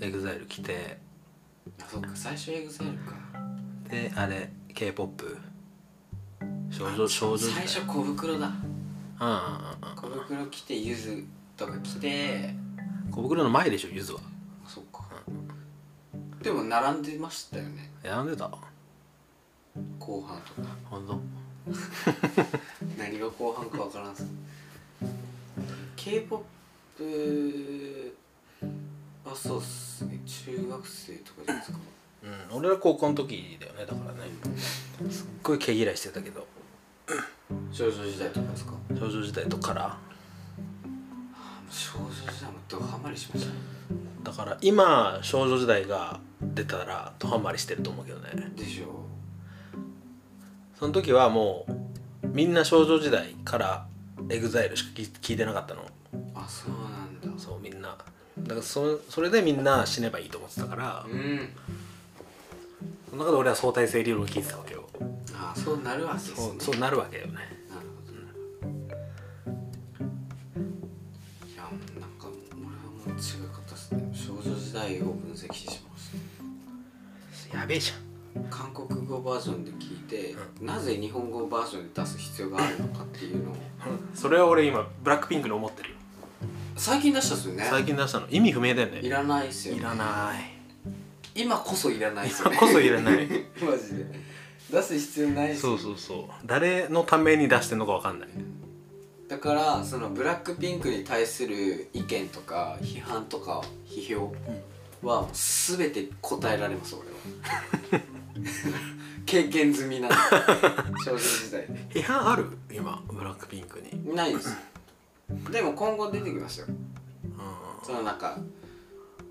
S1: エグザイル来て
S2: あそっか最初エグザイルか
S1: であれ k p o p 少女少女時代
S2: 最初小袋だ
S1: うんうんうんうん
S2: 小袋着てゆずとか着て
S1: 小袋の前でしょゆずは
S2: あそっかでも並んでましたよね
S1: 選んでた
S2: 後半とか
S1: 本当
S2: 何が後半かわからんっす k p o p はそうっすね中学生とかじゃないですか
S1: うん俺ら高校の時だよねだからねすっごい毛嫌いしてたけど
S2: 少女時代とかですか
S1: 少女時代とから
S2: 少女時代もドハマりしましたね
S1: だから今少女時代が出たらドハマりしてると思うけどね
S2: でしょ
S1: その時はもうみんな少女時代からエグザイルしか聞聞いてなかったの
S2: あそうなんだ
S1: そうみんなだからそそれでみんな死ねばいいと思ってたから
S2: うん
S1: その中で俺は相対性理論を聞いてたわけよ
S2: あそうなるわけですね
S1: そうそうなるわけよね
S2: なるほど、いやなんか俺はもう違かったですね少女時代を分析しまし
S1: やべえじ
S2: た韓国語バージョンで聞いて、なぜ日本語バージョンで出す必要があるのかっていうのを
S1: ゃんそれは俺今ブラックピンクに思ってるよ
S2: 最近出したっすよね
S1: 最近出したの意味不明だよね
S2: いらないっすよ、ね、
S1: いらない
S2: 今こそいらないっすよね
S1: 今こそいらない
S2: マジで出す必要ないっす
S1: そうそうそう誰のために出してんのかわかんない
S2: だからそのブラックピンクに対する意見とか批判とか批評はもう全て答えられます俺は 経験済みなんで少女時代
S1: 批判ある今ブラックピンクに
S2: ないですでも今後出てきますよ
S1: うん
S2: そのなんか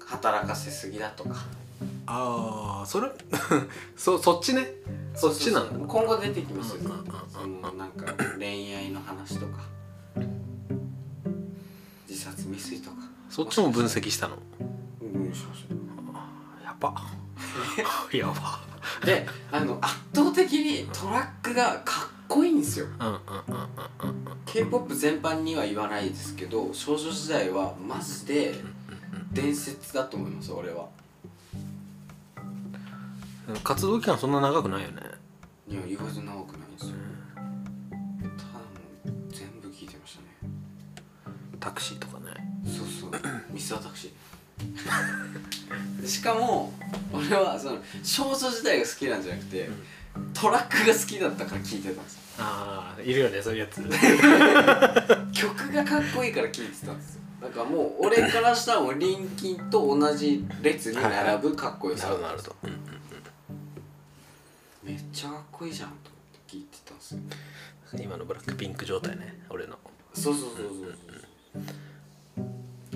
S2: 働かせすぎだとか
S1: ああそれ そそっちねそっちなんだ
S2: そうそう今後出てきますよ
S1: うんうんうんうん
S2: そのなんか恋愛の話とか自殺未遂とか
S1: そっちも分析したの
S2: うんしましょう
S1: やば やば
S2: であの圧倒的にトラックがかっこいいんですよ
S1: うんうんうんうん
S2: k p o p 全般には言わないですけど少女時代はマジで伝説だと思います俺は
S1: でも活動期間そんな長くないよね
S2: いや言わず長くないんですよただもう全部聞いてましたね
S1: タクシーとかね
S2: そうそうミスタクシーでしかも俺はその少女時代が好きなんじゃなくて、トラックが好きだったから聞いてたんですよ
S1: ああいるよねそういうやつ
S2: 曲がかっこいいから聴いてたんですよだからもう俺からしたらもうリンキンと同じ列に並ぶかっこよ
S1: な
S2: さ
S1: るなると、うん
S2: めっちゃかっこいいじゃんと思って聴いてたんですよ
S1: 今のブラックピンク状態ね俺の
S2: そうそうそうそう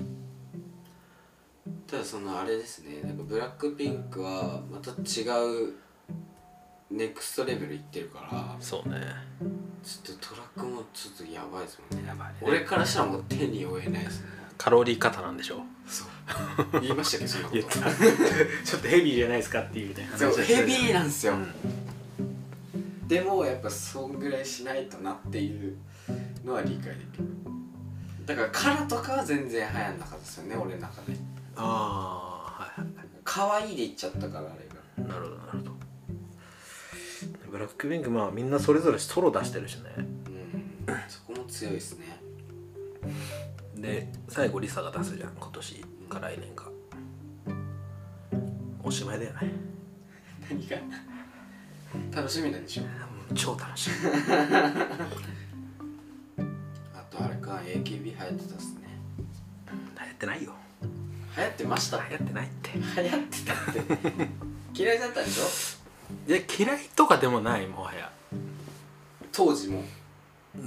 S2: そうただそのあれですねなんかブラックピンクはまた違うネクストレベルいってるから
S1: そうね
S2: ちょっとトラックもちょっとやばいですもんね
S1: やばいね
S2: 俺からしたらもう手に負えないですね
S1: カロリー型なんでしょ
S2: そう言いましたっけそんなこ
S1: 言っ
S2: と
S1: たちょっとヘビーじゃないですかっていうみたいな話
S2: そ
S1: を
S2: う
S1: して
S2: ヘビーなんですよ、でもやっぱそんぐらいしないとなっていうのは理解できるだからカラとかは全然流行んなかったですよね俺の中で
S1: ああはいは
S2: 可愛いで言っちゃったからあれが
S1: いなるほどなるほどブラックピンクまあみんなそれぞれソロ出してるしね
S2: うんそこも強いですね
S1: で最後リサが出すじゃん今年か来年かおしまいだよね
S2: 何が楽しみなんでしょ
S1: もう超楽しい
S2: あとあれか AKB 流行ってたっすね
S1: 流行ってないよ
S2: 流行ってました
S1: 流行ってないって
S2: 流行ってたって 嫌いだったでしょ
S1: いや嫌いとかでもないもはや
S2: 当時も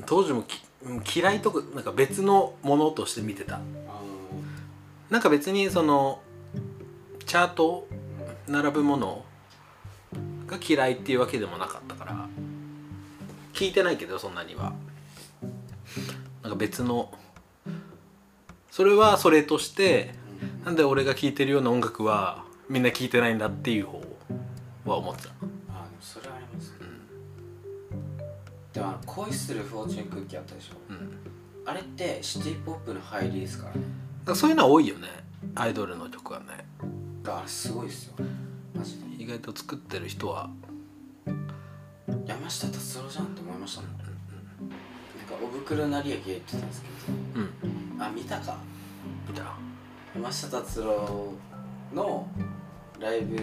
S1: 当時もきうん嫌いとかなんか別のものとして見てた
S2: あ
S1: なんか別にそのチャート
S2: の
S1: 並ぶものが嫌いっていうわけでもなかったから聞いてないけどそんなにはなんか別のそれはそれとしてなんで俺が聴いてるような音楽はみんな聴いてないんだっていう方は思ってた
S2: あでもそれはありますね、でもあの恋するフォーチュンクッキーあったでしょ
S1: うんだ
S2: あれってシティ・ポップの入りですからね
S1: からそういうのは多いよねアイドルの曲はね
S2: だからあれすごいですよマジで
S1: 意外と作ってる人は
S2: 山下達郎じゃんって思いましたもんなんかおぶくろ成明が言ってたんですけ
S1: うん
S2: どあ見たか
S1: 見た
S2: 山下達郎のライブ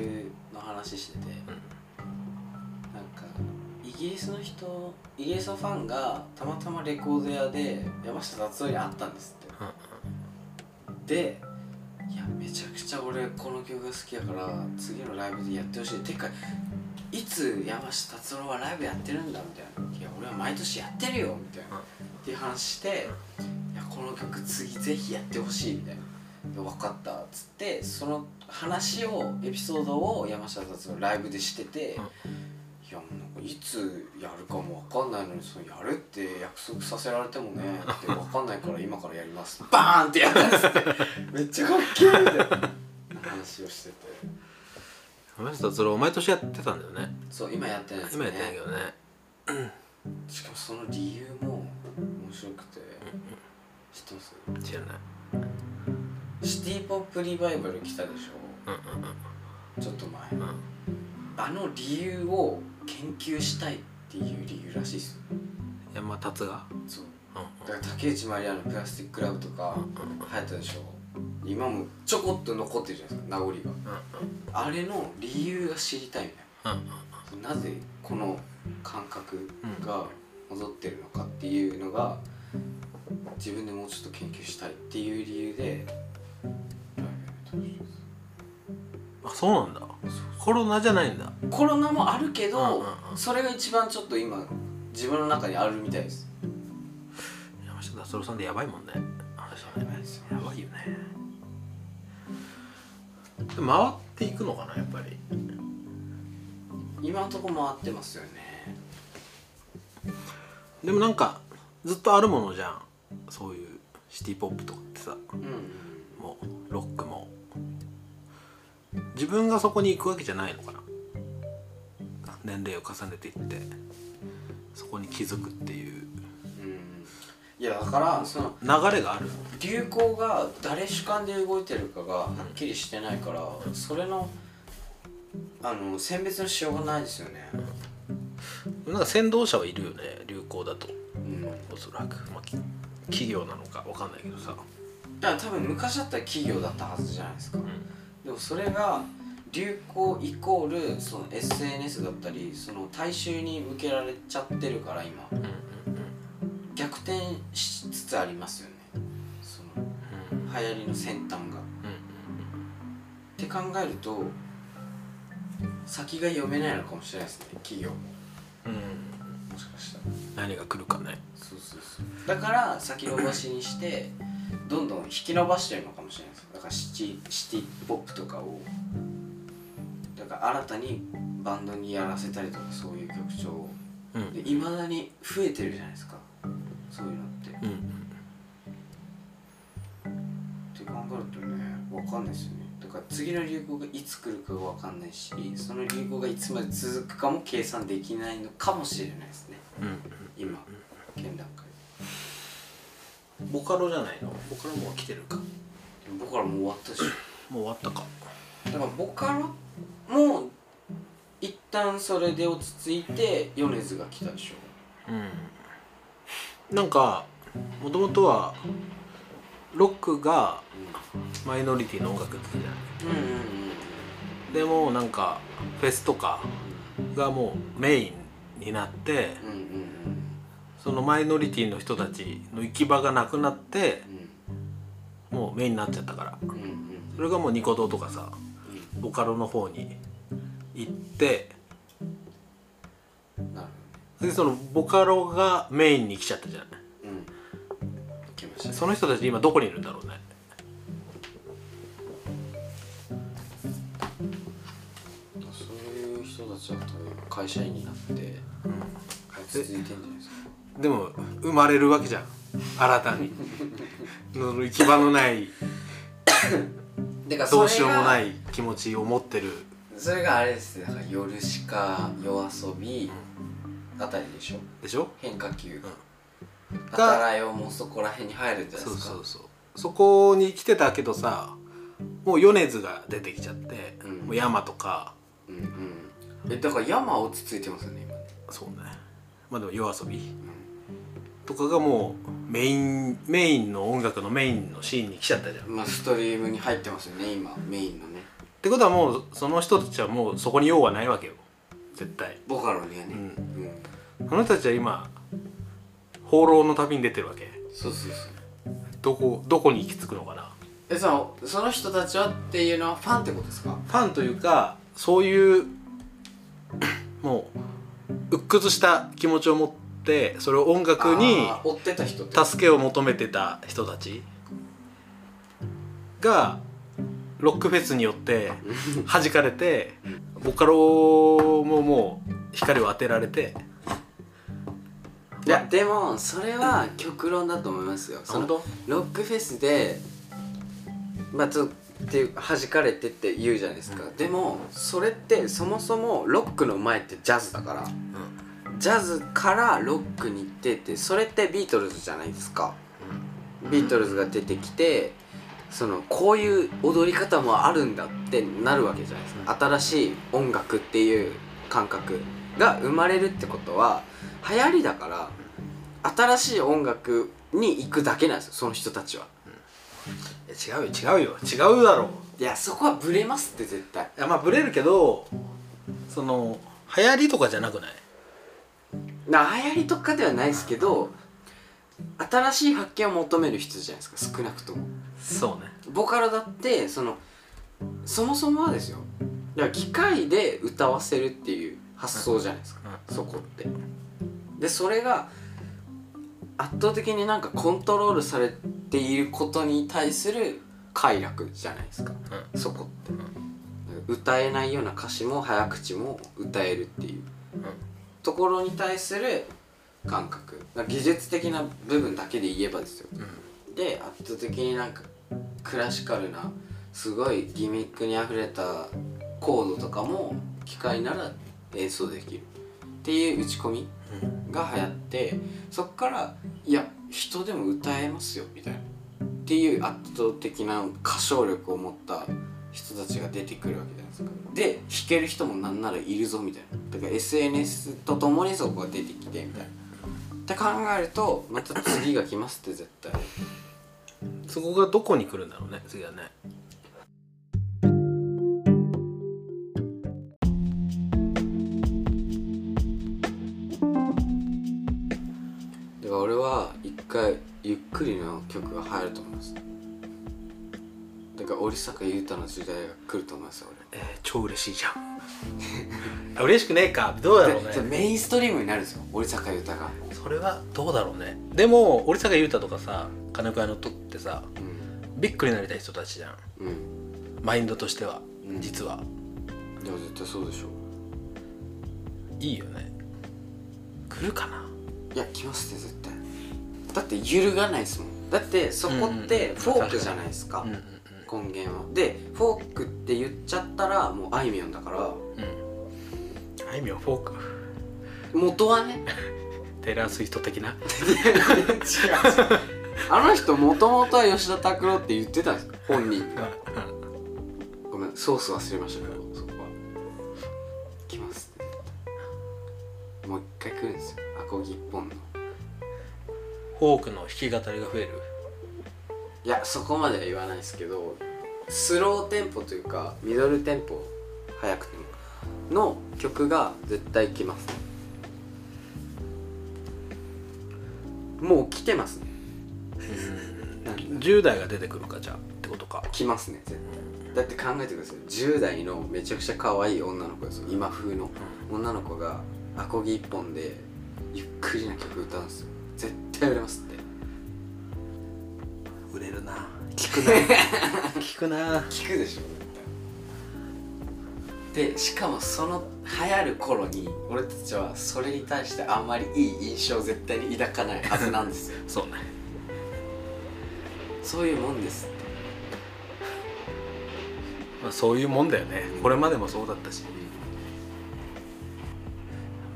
S2: の話してて、
S1: うん
S2: なんかイギリスの人イギリスのファンがたまたまレコード屋で山下達郎に会ったんですって、でいやめちゃくちゃ俺この曲が好きやから次のライブでやってほしいてかいつ山下達郎はライブやってるんだみたいな「いや俺は毎年やってるよ」みたいな、
S1: うん
S2: っていう話して「いやこの曲次ぜひやってほしい」みたいな「で分かった」っつってその話をエピソードを山下達郎ライブでしてて、
S1: うん
S2: いやもうなんかいつやるかも分かんないのにそのやるって約束させられてもねって分かんないから今からやりますバーンってやるんですってめっちゃかっけえみたいな話をしてて
S1: 山下達郎毎年やってたんだよね
S2: そう今やってないです
S1: 今
S2: ね
S1: やってないけどね
S2: しかもその理由も面白くて知ってます
S1: 知らない
S2: シティポップリバイバル来たでしょ
S1: うんうん
S2: ちょっと前
S1: うんうん
S2: あの理由を研究したいっていう理由らしいですよ
S1: 山達が
S2: そう
S1: うん
S2: だから竹内まりやのプラスティックラブとか
S1: うん
S2: 流行ったでしょ今もちょこっと残ってるじゃないですか名残
S1: うん
S2: があれの理由が知りたいみたい
S1: うんうん
S2: ななぜこの感覚が戻ってるのかっていうのが自分でもうちょっと研究したいっていう理由でライブやめたらしいです
S1: あそうなんだコロナじゃないんだ
S2: コロナもあるけ
S1: う
S2: ど、
S1: んうんうん
S2: それが一番ちょっと今自分の中にあるみたいです
S1: 山下達郎さんでやばいもんねあの人ね
S2: ばいですよ
S1: やばいよねで回っていくのかなやっぱり
S2: 今のとこ回ってますよね
S1: でもなんかずっとあるものじゃんそういうシティポップとかってさ
S2: うん
S1: もうロックも自分がそこに行くわけじゃないのかな年齢を重ねていってそこに気づくっていう
S2: うんいやだからその
S1: 流れがある
S2: 流行が誰主観で動いてるかがはっきりしてないからそれのあの選別のしようがないですよね
S1: なんか先導者はいるよね流行だと
S2: うんだ
S1: おそらく、まあ、き企業なのかわかんないけどさ、
S2: から多分昔だったら企業だったはずじゃないですかでもそれが流行イコールその SNS だったりその大衆に向けられちゃってるから今
S1: うんうんうん
S2: 逆転しつつありますよねその流行りの先端が。って考えると先が読めないのかもしれないですね企業も
S1: うんうんうん
S2: もしかしたら
S1: 何が来るかね
S2: そうそうそうだから先延ばしにしてどんどん引き伸ばしてるのかもしれないですだからシティシティポップとかをだから新たにバンドにやらせたりとかそういう曲調を
S1: うん
S2: いまだに増えてるじゃないですかそういうのって
S1: うんうん
S2: って考えるとね分かんないですよねだから次の流行がいつ来るかが分かんないしその流行がいつまで続くかも計算できないのかもしれないですね
S1: うん
S2: 今現段階
S1: ボカロじゃないのボカロもう来てるかも
S2: でも僕らもう終わったでしょ
S1: う終わったか
S2: だからボカロも一旦それで落ち着いて米津が来たでしょ
S1: うんなんかもともとはロックがマイノリティの音楽好きじゃない
S2: うんうんうん
S1: でもなんかフェスとかがもうメインになって
S2: うんうんうん
S1: そのマイノリティの人たちの行き場がなくなってもうメインになっちゃったから
S2: うんうんうんうんうん
S1: それがもうニコ動とかさボカロの方に行って
S2: うんなる
S1: でそのボカロがメインに来ちゃったじゃない
S2: ほどねうん来ました
S1: その人たち今どこにいるんだろうね
S2: そういう人たちは多分会社員になって落ち着いてんじゃないですか
S1: でも生まれるわけじゃん新たにの行き場のない
S2: だから
S1: どうしようもないい気持ちを持ってる
S2: それがあれですねだから夜しか夜遊びあたりでしょ
S1: でしょ
S2: 変化球
S1: が
S2: 働いをもうそこら辺に入るんじゃない
S1: そ
S2: で
S1: う
S2: すか
S1: そうそうそこに来てたけどさもう米津が出てきちゃって、
S2: うん
S1: もう山とか
S2: うんうんえだから山は落ち着いてますよね今ね、
S1: そうねまあでも夜遊びとかがもうメインメインの音楽のメインのシーンに来ちゃったじゃん
S2: うん、まあストリームに入ってますよね今メインのね
S1: ってことはもうその人たちはもうそこに用はないわけよ絶対
S2: ボカロには
S1: う
S2: ね、
S1: ん
S2: うん
S1: あの人たちは今放浪の旅に出てるわけ
S2: そうそうそう
S1: どこどこに行き着くのかな
S2: えそのその人たちはっていうのはファンってことですか
S1: ファンというかそういう もう鬱屈した気持ちを持ってそれを音楽に
S2: あー追ってた人って
S1: 助けを求めてた人たちがロックフェスによ って弾かれてボカロももう光を当てられて
S2: いやでもそれは極論だと思いますよその
S1: 当
S2: ロックフェスでまあちょっとっていう弾かれてって言うじゃないですか、でもそれってそもそもロックの前ってジャズだから、ジャズからロックに行ってってそれってビートルズじゃないですか、ビートルズが出てきてそのこういう踊り方もあるんだってなるわけじゃないですか、新しい音楽っていう感覚が生まれるってことは流行りだから新しい音楽に行くだけなんですよその人たちは。
S1: 違うよ違うよ違うだろう
S2: いやそこはブレますって絶対
S1: いやまあブレるけどその流行りとかじゃなくない
S2: な流行りとかではないですけど新しい発見を求める人じゃないですか少なくとも
S1: そうね
S2: ボカロだってそのそもそもはですよだから機械で歌わせるっていう発想じゃないですか、そこってでそれが圧倒的になんかコントロールされていることに対する快楽じゃないですかそこって、歌えないような歌詞も早口も歌えるっていう、ところに対する感覚だから技術的な部分だけで言えばですよ、で圧倒的になんかクラシカルなすごいギミックにあふれたコードとかも機械なら演奏できるっていう打ち込みが流行ってそっからいや人でも歌えますよみたいなっていう圧倒的な歌唱力を持った人たちが出てくるわけじゃないですかで弾ける人もなんならいるぞみたいなだから SNS とともにそこが出てきてみたいなって考えるとまた次が来ますって絶対
S1: そこがどこに来るんだろうね次はね
S2: だから俺は一回ゆっくりの曲が流行ると思いますだから織坂優太の時代が来ると思いますよ
S1: えー超嬉しいじゃんあ 嬉しくねえかどうだ
S2: 俺
S1: ろうね
S2: ででメインストリームになるんですよ織坂優太が、
S1: それはどうだろうねでも俺坂優太とかさ金子屋のとってさビッグになりたい人たちじゃん
S2: うんうん
S1: マインドとしては、
S2: うん
S1: 実は
S2: でも絶対そうでしょ
S1: いいよね来るかない
S2: や来ますって絶対だって揺るがないですもんだってそこってフォークじゃないですか、
S1: うんうん
S2: 根源はでフォークって言っちゃったらもうあいみょんだから
S1: うんうんあいみょんフォーク
S2: 元はね
S1: テイラー・スウィフト的な
S2: あの人もともとは吉田拓郎って言ってたんですよ本人が
S1: う
S2: ごめんソース忘れましたけどそこは来ますってもう一回来るんですよアコギ一本の
S1: んフォークの弾き語りが増える
S2: いやそこまでは言わないですけどスローテンポというかミドルテンポ速くてもの曲が絶対来ますもう来てますねなんだ
S1: 10代が出てくるかじゃあってことか
S2: 来ますね絶対だって考えてください10代のめちゃくちゃ可愛い女の子ですよ今風の女の子がアコギ一本でゆっくりな曲歌うんですよ絶対売れますって
S1: 売れるな聞く な聞くな
S2: 聞くでしょでしかもその流行る頃に俺たちはそれに対してあんまりいい印象を絶対に抱かないはずなんですよ
S1: そうね
S2: そういうもんですって
S1: まあ、そういうもんだよねこれまでもそうだったし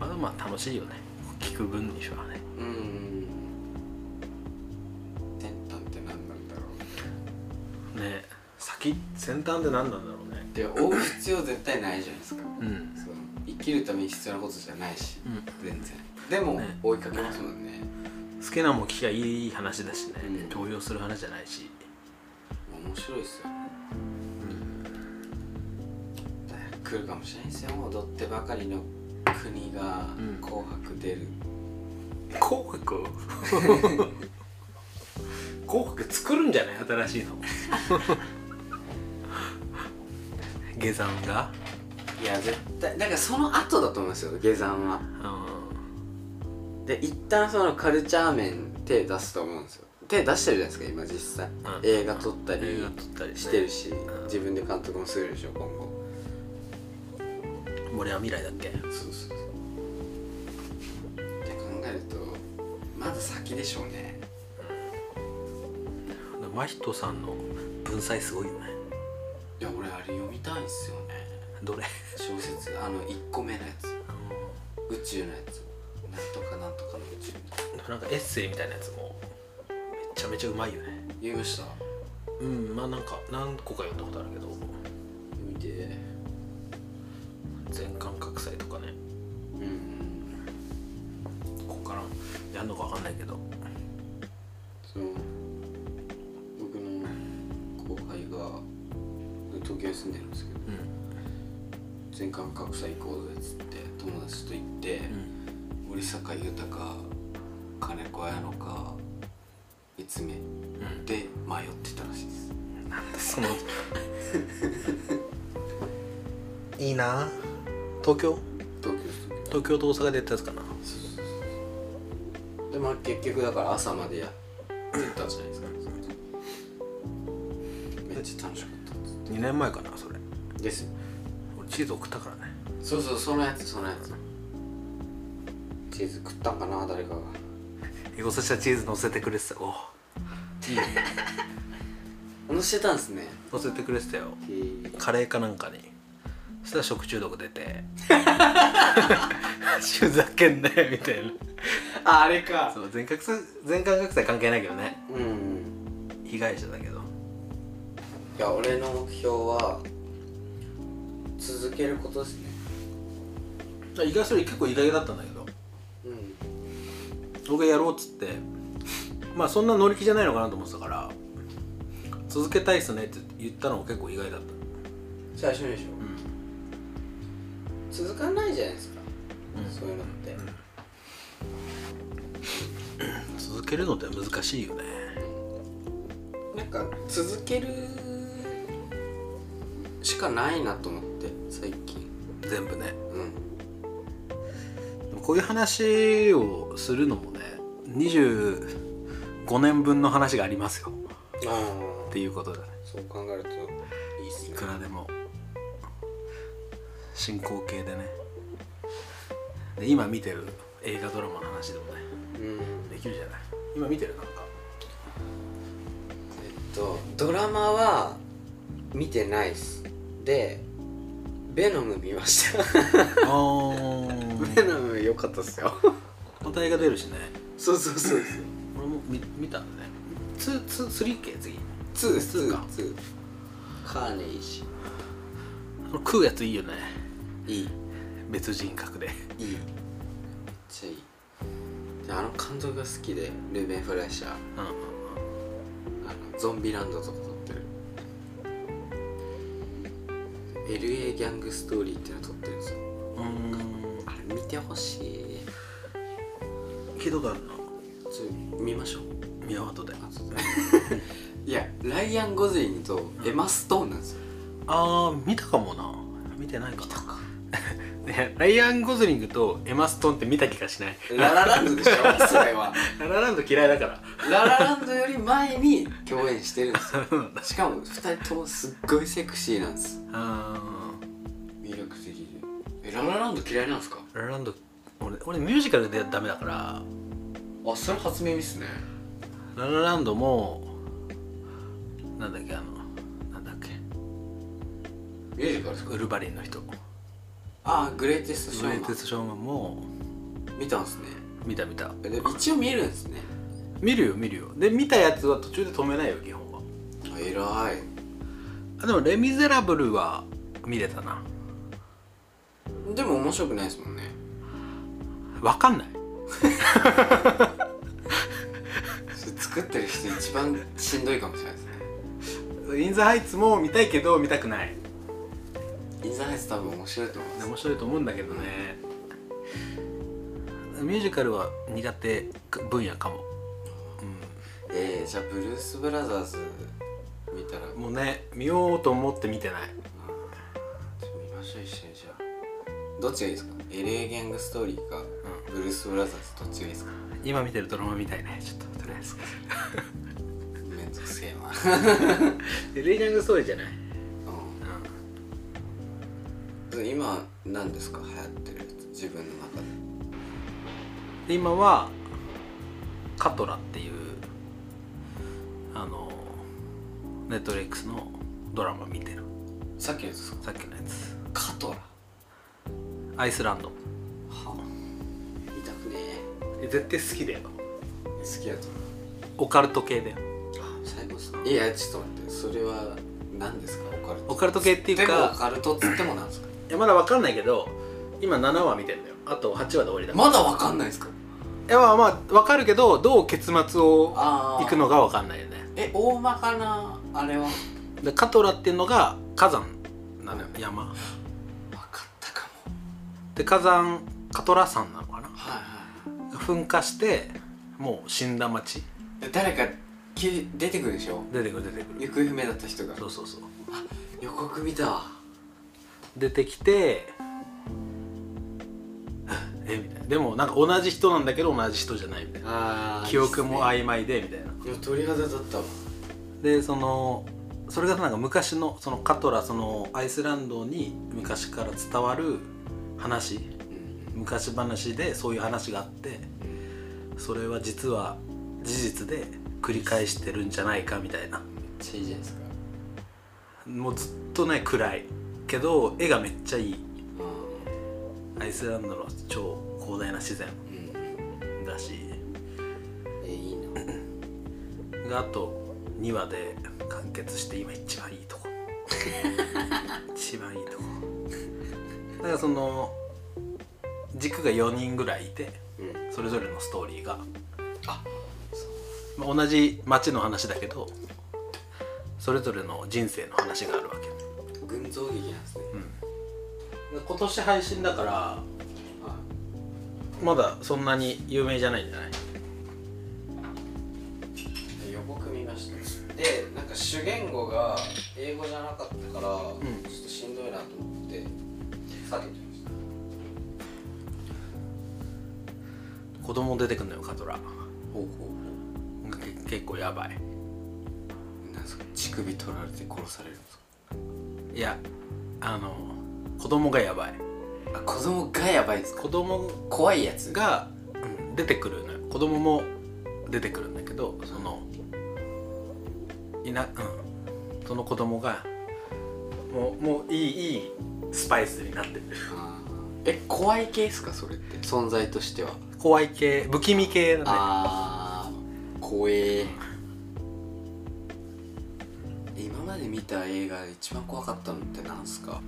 S1: まあまあ楽しいよね聞く分にしはね
S2: うーん先端って何なんだろう
S1: ね先先端って何なんだろうね
S2: で追う必要絶対ないじゃないですか
S1: うん
S2: その生きるために必要なことじゃないし、
S1: うん
S2: 全然でも、
S1: ね
S2: 追いかけますもんね
S1: 好きなもん聞きゃいい話だしね
S2: うん
S1: 強要する話じゃないし
S2: 面白いっすよね、来るかもしれないですよ踊ってばかりの国が
S1: うん
S2: 「紅白」出る、
S1: 紅 白紅白作るんじゃない新しい の下山が
S2: いや絶対だからその後だと思うんですよ下山は
S1: う
S2: で一旦そのカルチャー面手出すと思うんですよ手出してるじゃないですか今実際、
S1: ん
S2: 映画撮った
S1: 映
S2: り
S1: 画撮ったりね
S2: してるし、
S1: うん
S2: 自分で監督もするでしょ今後
S1: 森は未来だっけ
S2: そうそうそうって考えるとまだ先でしょうね
S1: 真人さんの文才すごいよね
S2: いや俺あれ読みたいんすよね
S1: どれ
S2: 小説あの1個目のやつ宇宙のやつなんとかなんとかの宇宙のや
S1: なんかエッセイみたいなやつもめちゃめちゃうまいよね
S2: つ読みました
S1: うんまあなんか何個か読んだことあるけど
S2: 読みて
S1: 全感覚祭とかね
S2: うんうん
S1: ここからやるのか分かんないけど
S2: その僕の後輩が東京に住んでるんですけど
S1: うん
S2: 全館格差行こうぜっつって友達と行って、
S1: うん
S2: 森坂豊か金子綾乃かいつめ
S1: うん
S2: で迷ってたらしいです
S1: なんだその いいな東京
S2: 東京です東京
S1: 東京と大阪でやったやつかな
S2: でまあ結局だから朝までやってたじゃないですかめっちゃ楽しかったっつっ
S1: 2年前かなそれ
S2: てです
S1: 俺チーズ送ったからね
S2: そうそうそのやつそのやつチーズ食ったんかな誰かが
S1: エゴサしたチーズ乗せてくれてたおいいね
S2: 乗せてたんですね
S1: 乗せてくれてたよカレーかなんかにそしたら食中毒出て ふざけんなよみたいな
S2: ああれか
S1: そう全覚祭全感覚祭関係ないけどね
S2: うんうん
S1: 被害者だけど
S2: いや俺の目標は続けることですね
S1: 意外それ結構意外だったんだけど
S2: うん
S1: 僕がやろうっつってまあそんな乗り気じゃないのかなと思ってたから続けたいっすねって言ったのも結構意外だった
S2: 最初でし
S1: う
S2: ょ
S1: ん
S2: 続かないじゃないですか、
S1: うん
S2: そういうのって、
S1: 続けるのって難しいよね
S2: なんか続けるしかないなと思って最近
S1: 全部ね
S2: うん
S1: でもこういう話をするのもね25年分の話がありますよ
S2: ああ
S1: っていうことだね
S2: そう考えるといいっす
S1: い
S2: ね
S1: くらでも進行形でねで今見てる映画ドラマの話でもね
S2: うん
S1: できるじゃない今見てるなんか
S2: えっとドラマは見てないっすでベノム見ました
S1: あー
S2: ベノム良かったっすよ
S1: また映画出るしね
S2: そうそうそう
S1: 俺も見見たんだねツツ3系次
S2: そう2です
S1: ツー
S2: 2
S1: か
S2: 2カーネイジ
S1: あの食うやついいよね
S2: いい
S1: 別人格で
S2: いいめっちゃいいであの監督が好きでルーベン・フレッシャー
S1: うんうん
S2: あのゾンビランドとか撮ってる LA ギャングストーリーっていうの撮ってるんですよ
S1: うんうー
S2: あれ見てほしい
S1: んひどかった
S2: ちょっと見ましょう
S1: 宮本で
S2: あちょっと いやライアン・ゴズリングとエマ・ストーンなんですよ
S1: あー見たかもな見てないか なねライアン・ゴズリングとエマ・ストーンって見た気がしない
S2: ララランドでしょそれは
S1: ララランド嫌いだから
S2: ララランドより前に共演してるんですよ
S1: うん
S2: しかも2人ともすっごいセクシーなんです
S1: あ
S2: 魅力的でえララランド嫌いなんですか
S1: ーララランド俺俺ミュージカルでダメだから
S2: あそれ初耳っすね
S1: ララランドもなんだっけあのなんだっけ
S2: ミュージカルです
S1: ウルバリンの人グ
S2: あグレイテストショ
S1: レイ
S2: ーマ
S1: テストショーマンも
S2: ン見たんすね
S1: 見た見た
S2: でも一応見るんですね
S1: 見るよ見るよで見たやつは途中で止めないよ基本は
S2: あ偉い
S1: あでも「レ・ミゼラブル」は見れたな
S2: でも面白くないですもんね
S1: わかんない
S2: それ作ってる人一番しんどいかもしれないですね
S1: インザハイツも見たいけど見たくない
S2: インザハイツ多分面白いと思うんです
S1: 面白いと思うんだけどね、ミュージカルは苦手分野かも、
S2: えー、じゃあブルース・ブラザーズ見たら
S1: うん、もうね見ようと思って見てない
S2: ちょっと見ましょう一緒にじゃあどっちがいいですか LA ギャングストーリーか、ブルース・ブラザーズどっちがいいですか
S1: 今見てるドラマみたいねちょっととりあえず
S2: めんどくせえな
S1: レイジャングストーリーじゃない、
S2: うん今何ですか流行ってるやつ自分の中で
S1: で今はカトラっていうあのネットフリックスのドラマ見てる
S2: さっきのやつですか
S1: さっきのやつ
S2: カトラ
S1: アイスランド
S2: は痛くね
S1: 絶対好きだよ
S2: え好きやと
S1: オカルト系だよ
S2: あ最後っすねいやちょっと待ってそれは何ですかオカルト
S1: オカルト系っていうか
S2: でもオカルトっつってもなんですか
S1: いやまだわかんないけど今7話見てんだよあと8話で終わりだ
S2: まだわかんないですか
S1: いやまあまあわかるけどどう結末を
S2: あ
S1: いくのがわかんないよね
S2: え大まかなあれは
S1: でカトラっていうのが火山なのよ山
S2: 分かったかも
S1: で火山カトラ山なのかな
S2: はいは
S1: 噴火してもう死んだ町
S2: いはい誰かき出てくるでしょ
S1: 出てくる出てくる
S2: 行方不明だった人が
S1: そうそうそう
S2: 予告見たわ
S1: 出てきてえみたいなでもなんか同じ人なんだけど同じ人じゃないみたいな
S2: あ
S1: 記憶も
S2: い
S1: 曖昧でみたいな
S2: でも鳥肌だったわ
S1: でそのそれがなんか昔のそのカトラそのアイスランドに昔から伝わる話
S2: うん
S1: 昔話でそういう話があってそれは実は事実で繰り返してるんじゃないかみたいな
S2: めっちゃいいじゃないですか
S1: もうずっとね暗いけど絵がめっちゃいい
S2: あ
S1: アイスランドの超広大な自然
S2: ーうん
S1: だし
S2: えいいな
S1: があと2話で完結して今一番いいとこ一番いいとこだからその軸が4人ぐらいいて
S2: うん
S1: それぞれのストーリーが
S2: あ
S1: まあ同じ町の話だけどそれぞれの人生の話があるわけ、
S2: 群像劇なんですね
S1: うん、今年配信だから
S2: あ
S1: まだそんなに有名じゃないんじゃない
S2: 予告見ましたでなんか主言語が英語じゃなかったか
S1: ん
S2: ら、ちょっとしんどいなと思って避けてました
S1: 子供出てくんのよカトラ
S2: ほうほう
S1: け結構やばい
S2: なんですか乳首取られて殺されるんですか
S1: いやあの子供がやばい
S2: あ子供がやばいんですか
S1: 子供
S2: 怖いやつが
S1: がうん出てくるのよ子供も出てくるんだけどそのいな、うん、その子供がもうもういいいいスパイスになってる
S2: え怖い系ですかそれって存在としては
S1: 怖い系不気味系だね
S2: あー怖え今まで見た映画で一番怖かったのってなんすか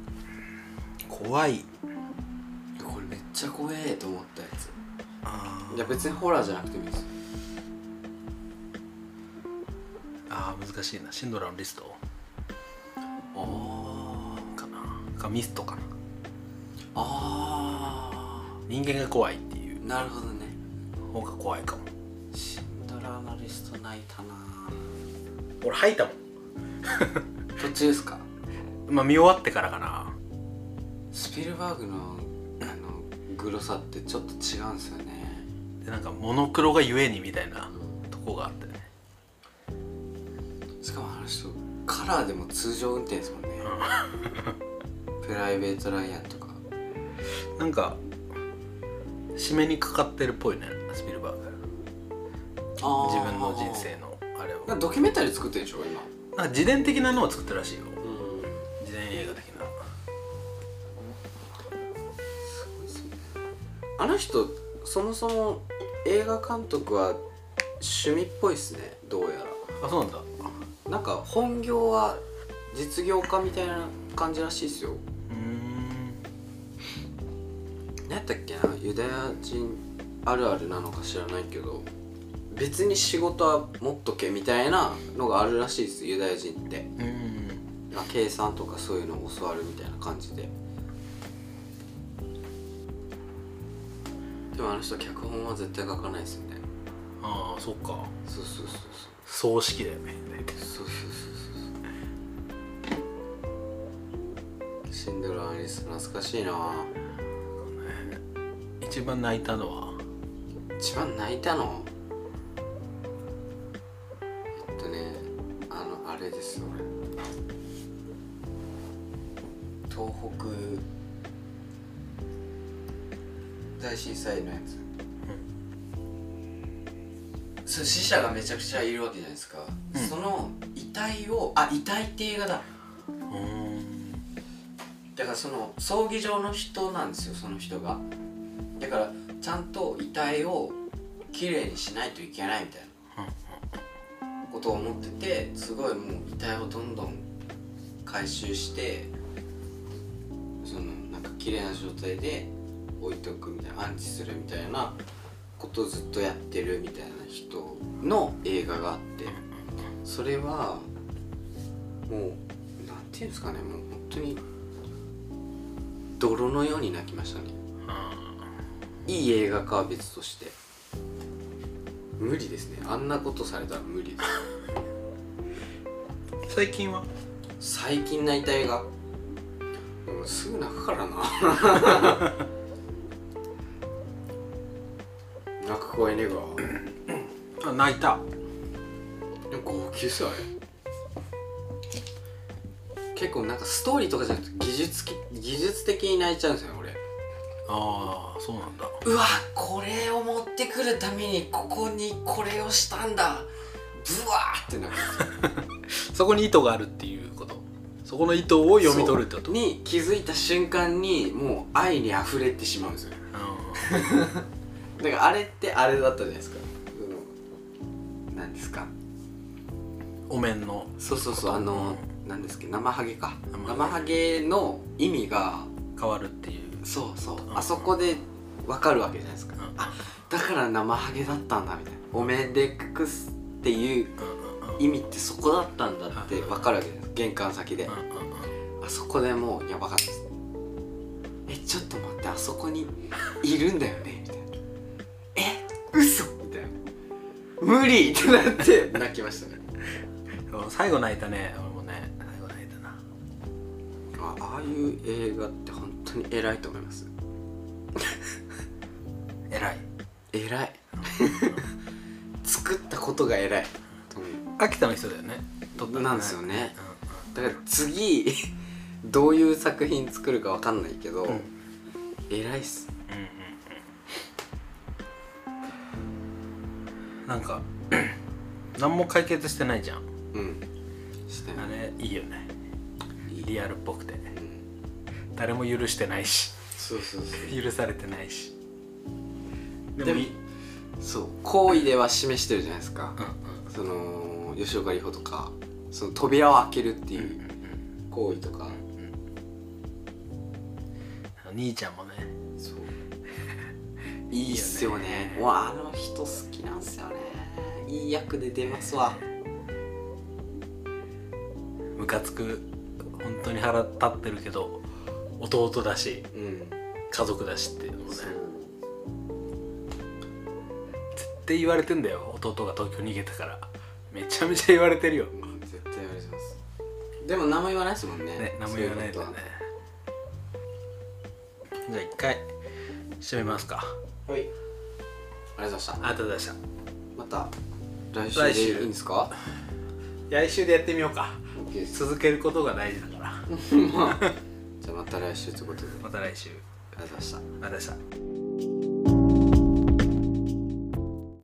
S1: 怖い
S2: これめっちゃ怖えと思ったやつ
S1: あ
S2: いや別にホラーじゃなくてもいいです
S1: あー難しいなシンドラーのリスト
S2: あ
S1: かなかミストかな
S2: ーあ
S1: 人間が怖いっていう
S2: ーなるほどね
S1: 方が怖いかも
S2: シンドラーのリスト泣いたな
S1: 俺吐いたも
S2: 途中ですか
S1: んまあ見終わってからかな
S2: スピルバーグのあのグロさってちょっと違うんですよね
S1: でなんかモノクロがゆえにみたいなとこがあってね
S2: しかもあの人カラーでも通常運転ですもんねプライベートライアンとか
S1: なんか締めにかかってるっぽいねスピルバーグ 自分の人生のあれを
S2: なんかドキュメンタリー作ってるでしょ今
S1: なんか自伝的なのを作ってるらしいよ
S2: うん
S1: 自伝映画的な
S2: あの人そもそも映画監督は趣味っぽいっすねどうや
S1: あそうなんだ
S2: らなんか本業は実業家みたいな感じらしいっすよ
S1: うーん
S2: 何やったっけなユダヤ人あるあるなのか知らないけど別に仕事は持っとけみたいなのがあるらしいですユダヤ人って
S1: うーん
S2: まあ、計算とかそういうのを教わるみたいな感じででもあの人脚本は絶対書かないですよね
S1: ああそっか
S2: そうそうそう
S1: 葬式だよね大体
S2: そうそうそうそうそうシンドラーリスト懐かしいな
S1: 一番泣いたのは
S2: 一番泣いたのえっとねあのあれです俺東北大震災のやつ、そう死者がめちゃくちゃいるわけじゃないですか、
S1: うん
S2: その遺体をあ遺体って映画だ
S1: うーん
S2: だからその葬儀場の人なんですよその人がだからちゃんと遺体をきれいにしないといけないみたいなことを思っててすごいもう遺体をどんどん回収してそのなんか綺麗な状態で置いとくみたいな安置するみたいなことをずっとやってるみたいな人の映画があってそれはもうなんていうんですかねもう本当に泥のように泣きましたねいい映画かは別として無理ですねあんなことされたら無理で
S1: 最近は
S2: す最近泣いた映画でもすぐ泣くからな 泣く声ねえが
S1: あ泣いた
S2: でも号泣っすよあれ結構なんかストーリーとかじゃなくて技術き技術的に泣いちゃうんですよね俺
S1: ああそうなんだ
S2: うわこれを持ってくるためにここにこれをしたんだブワーってなる
S1: そこに意図があるっていうことそこの意図を 読み取るってこと
S2: そうに気づいた瞬間にもう愛に溢れてしまうんですよ
S1: う
S2: だからあれってあれだったじゃないですか何ですか
S1: んお面の
S2: そうそうそうあの何ですっけ生ハゲか
S1: 生ハゲ
S2: 生ハゲの意味が
S1: 変わるっていう
S2: そうそう
S1: うん
S2: あそこで分かるわけじゃないですか
S1: うん
S2: あだから生ハゲだったんだみたいなお面で隠すっていう
S1: うんうんうん
S2: 意味ってそこだったんだって分かるわけです玄関先で
S1: うんうんうん
S2: あそこでもうやばかったですえちょっと待ってあそこにいるんだよねみたいなえ嘘みたいな無理ってなって泣きましたね
S1: 最後泣いたね俺もね最後泣いたな
S2: あああいう映画って本当に偉いと思います
S1: 偉い
S2: 偉い作ったことが偉い
S1: 秋田の人だよね撮ったの
S2: なんですよね
S1: う
S2: だから次 どういう作品作るかわかんないけど、
S1: んうん
S2: 偉いっす
S1: うんなんか 何も解決してないじゃん
S2: うんしてな
S1: あ
S2: い
S1: れいいよねリアルっぽくて
S2: うん
S1: 誰も許してないし
S2: そうそうそう
S1: 許されてないしで
S2: でも
S1: い
S2: そう行為では示してるじゃないですか
S1: うんうん
S2: その吉岡里帆とかその扉を開けるって
S1: う
S2: いうん行為と
S1: うんう
S2: か、
S1: んあの兄ちゃんもね
S2: そう
S1: い
S2: いいっすよねうわあの人好きなんすよねいい役で出ますわ
S1: ムカつく本当に腹立ってるけど弟だし
S2: うん
S1: 家族だしっていうのもね
S2: そう
S1: って言われてんだよ弟が東京逃げたからめちゃめちゃ言われてるよ、
S2: うん絶対言われてますでも何も言わないですもんね
S1: ね、何も言わないんだよねじゃあ一回締めますか
S2: そういうことははいありがとうござい
S1: あ
S2: ま
S1: りがとうございま
S2: したまた
S1: 来
S2: 来
S1: 週
S2: 週でいいんですか
S1: した来週でやってみようか
S2: OK です
S1: 続けることが大事だから
S2: まあじゃあまた来週ということでありがと
S1: また来週
S2: うございました
S1: ありがとうございました